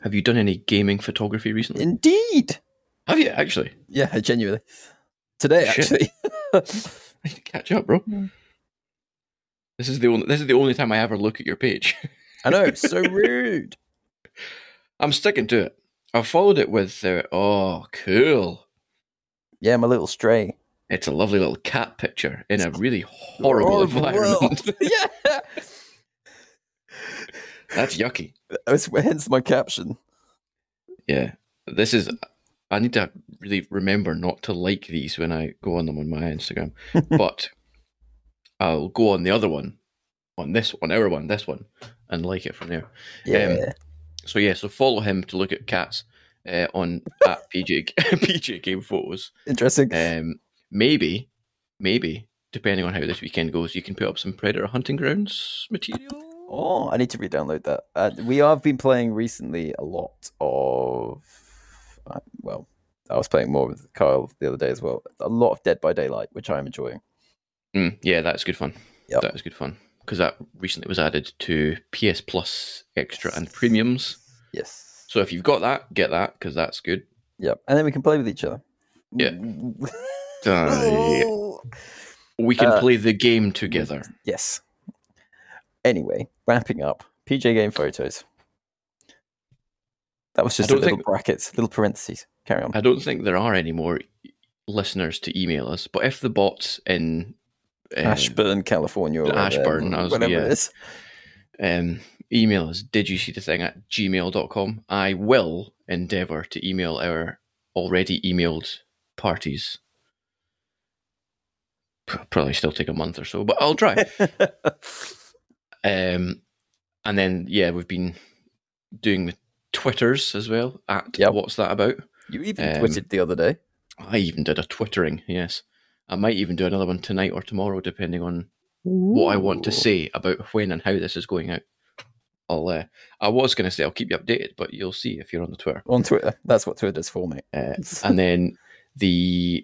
S2: Have you done any gaming photography recently?
S1: Indeed.
S2: Have you actually?
S1: Yeah, genuinely. Today,
S2: Shit.
S1: actually. <laughs>
S2: I need to catch up, bro.
S1: Mm.
S2: This is the only this is the only time I ever look at your page.
S1: I know. It's <laughs> so rude.
S2: I'm sticking to it. I followed it with uh, oh cool.
S1: Yeah, my little stray.
S2: It's a lovely little cat picture in a really horrible, environment. <laughs>
S1: world. <laughs> yeah.
S2: That's yucky.
S1: That's <laughs> hence my caption.
S2: Yeah. This is I need to really remember not to like these when I go on them on my Instagram. but I'll go on the other one, on this on our one, this one, and like it from there.
S1: Yeah.
S2: So yeah, so follow him to look at cats uh, on at PJ <laughs> PJ Game Photos.
S1: Interesting.
S2: Um, maybe, maybe depending on how this weekend goes, you can put up some predator hunting grounds material.
S1: Oh, I need to re-download that. Uh, we have been playing recently a lot of, uh, well, I was playing more with Kyle the other day as well. A lot of Dead by Daylight, which I'm enjoying.
S2: Mm, yeah, that's good fun.
S1: Yep.
S2: That is good fun because that recently was added to PS Plus Extra and Premiums.
S1: Yes.
S2: So if you've got that, get that because that's good.
S1: Yep. And then we can play with each other. <laughs>
S2: Yeah. Uh, We can
S1: Uh,
S2: play the game together.
S1: <laughs> Yes. Anyway, wrapping up PJ Game photos. That was just a
S2: don't
S1: little
S2: think-
S1: brackets, little parentheses. Carry on.
S2: I don't think there are any more listeners to email us, but if the bots in um,
S1: Ashburn, California. or
S2: Ashburn, I was-
S1: whatever
S2: yeah.
S1: it is.
S2: um, email us did you see the thing at gmail.com i will endeavour to email our already emailed parties P- probably still take a month or so but i'll try um, and then yeah we've been doing the twitters as well at
S1: Yep.
S2: what's that about
S1: You even
S2: Um,
S1: tweeted the other day.
S2: i even did a twittering yes i might even do another one tonight or tomorrow depending on what I want to
S1: Ooh.
S2: say about when and how this is going out. I'll, uh, I was going to say I'll keep you updated, but you'll see if you're on the Twitter.
S1: on Twitter. That's what Twitter's for, mate. <laughs>
S2: Uh, and then the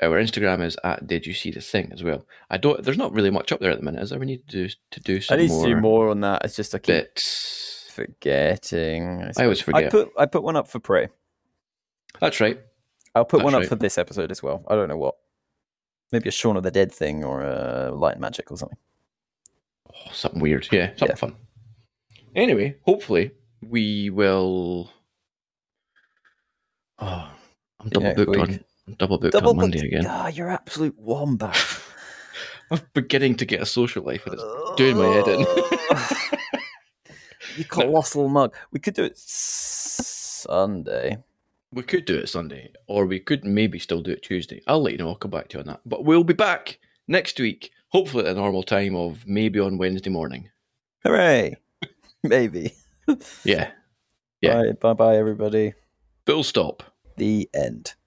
S2: our Instagram is at Did You See the Thing as well. I don't. There's not really much up there at the minute. Is there? We need to do to do
S1: I
S2: some
S1: need
S2: more,
S1: to do more on that. It's just I keep
S2: bits.
S1: forgetting.
S2: I always
S1: I
S2: forget.
S1: put I put one up for prey.
S2: That's right.
S1: I'll put
S2: That's
S1: one up
S2: right.
S1: for this episode as well. I don't know what. Maybe a Shaun of the Dead thing or a Light Magic or something.
S2: Oh, something weird. Yeah, something
S1: Yeah.
S2: fun. Anyway, hopefully we will. Oh, I'm double
S1: next
S2: booked
S1: week.
S2: on. I'm double booked on
S1: booked-
S2: Monday again.
S1: Ah, you're absolute wombat.
S2: I'm beginning to get a social life with
S1: Uh.
S2: it. <laughs> doing my head in.
S1: <laughs> you colossal mug. We could do it Sunday.
S2: We could do it Sunday, or we could maybe still do it Tuesday. I'll let you know. I'll come back to you on that. But we'll be back next week, hopefully at the normal time of maybe on Wednesday morning.
S1: Hooray! <laughs> Maybe.
S2: Yeah. Yeah.
S1: Bye bye everybody.
S2: Full stop.
S1: The end.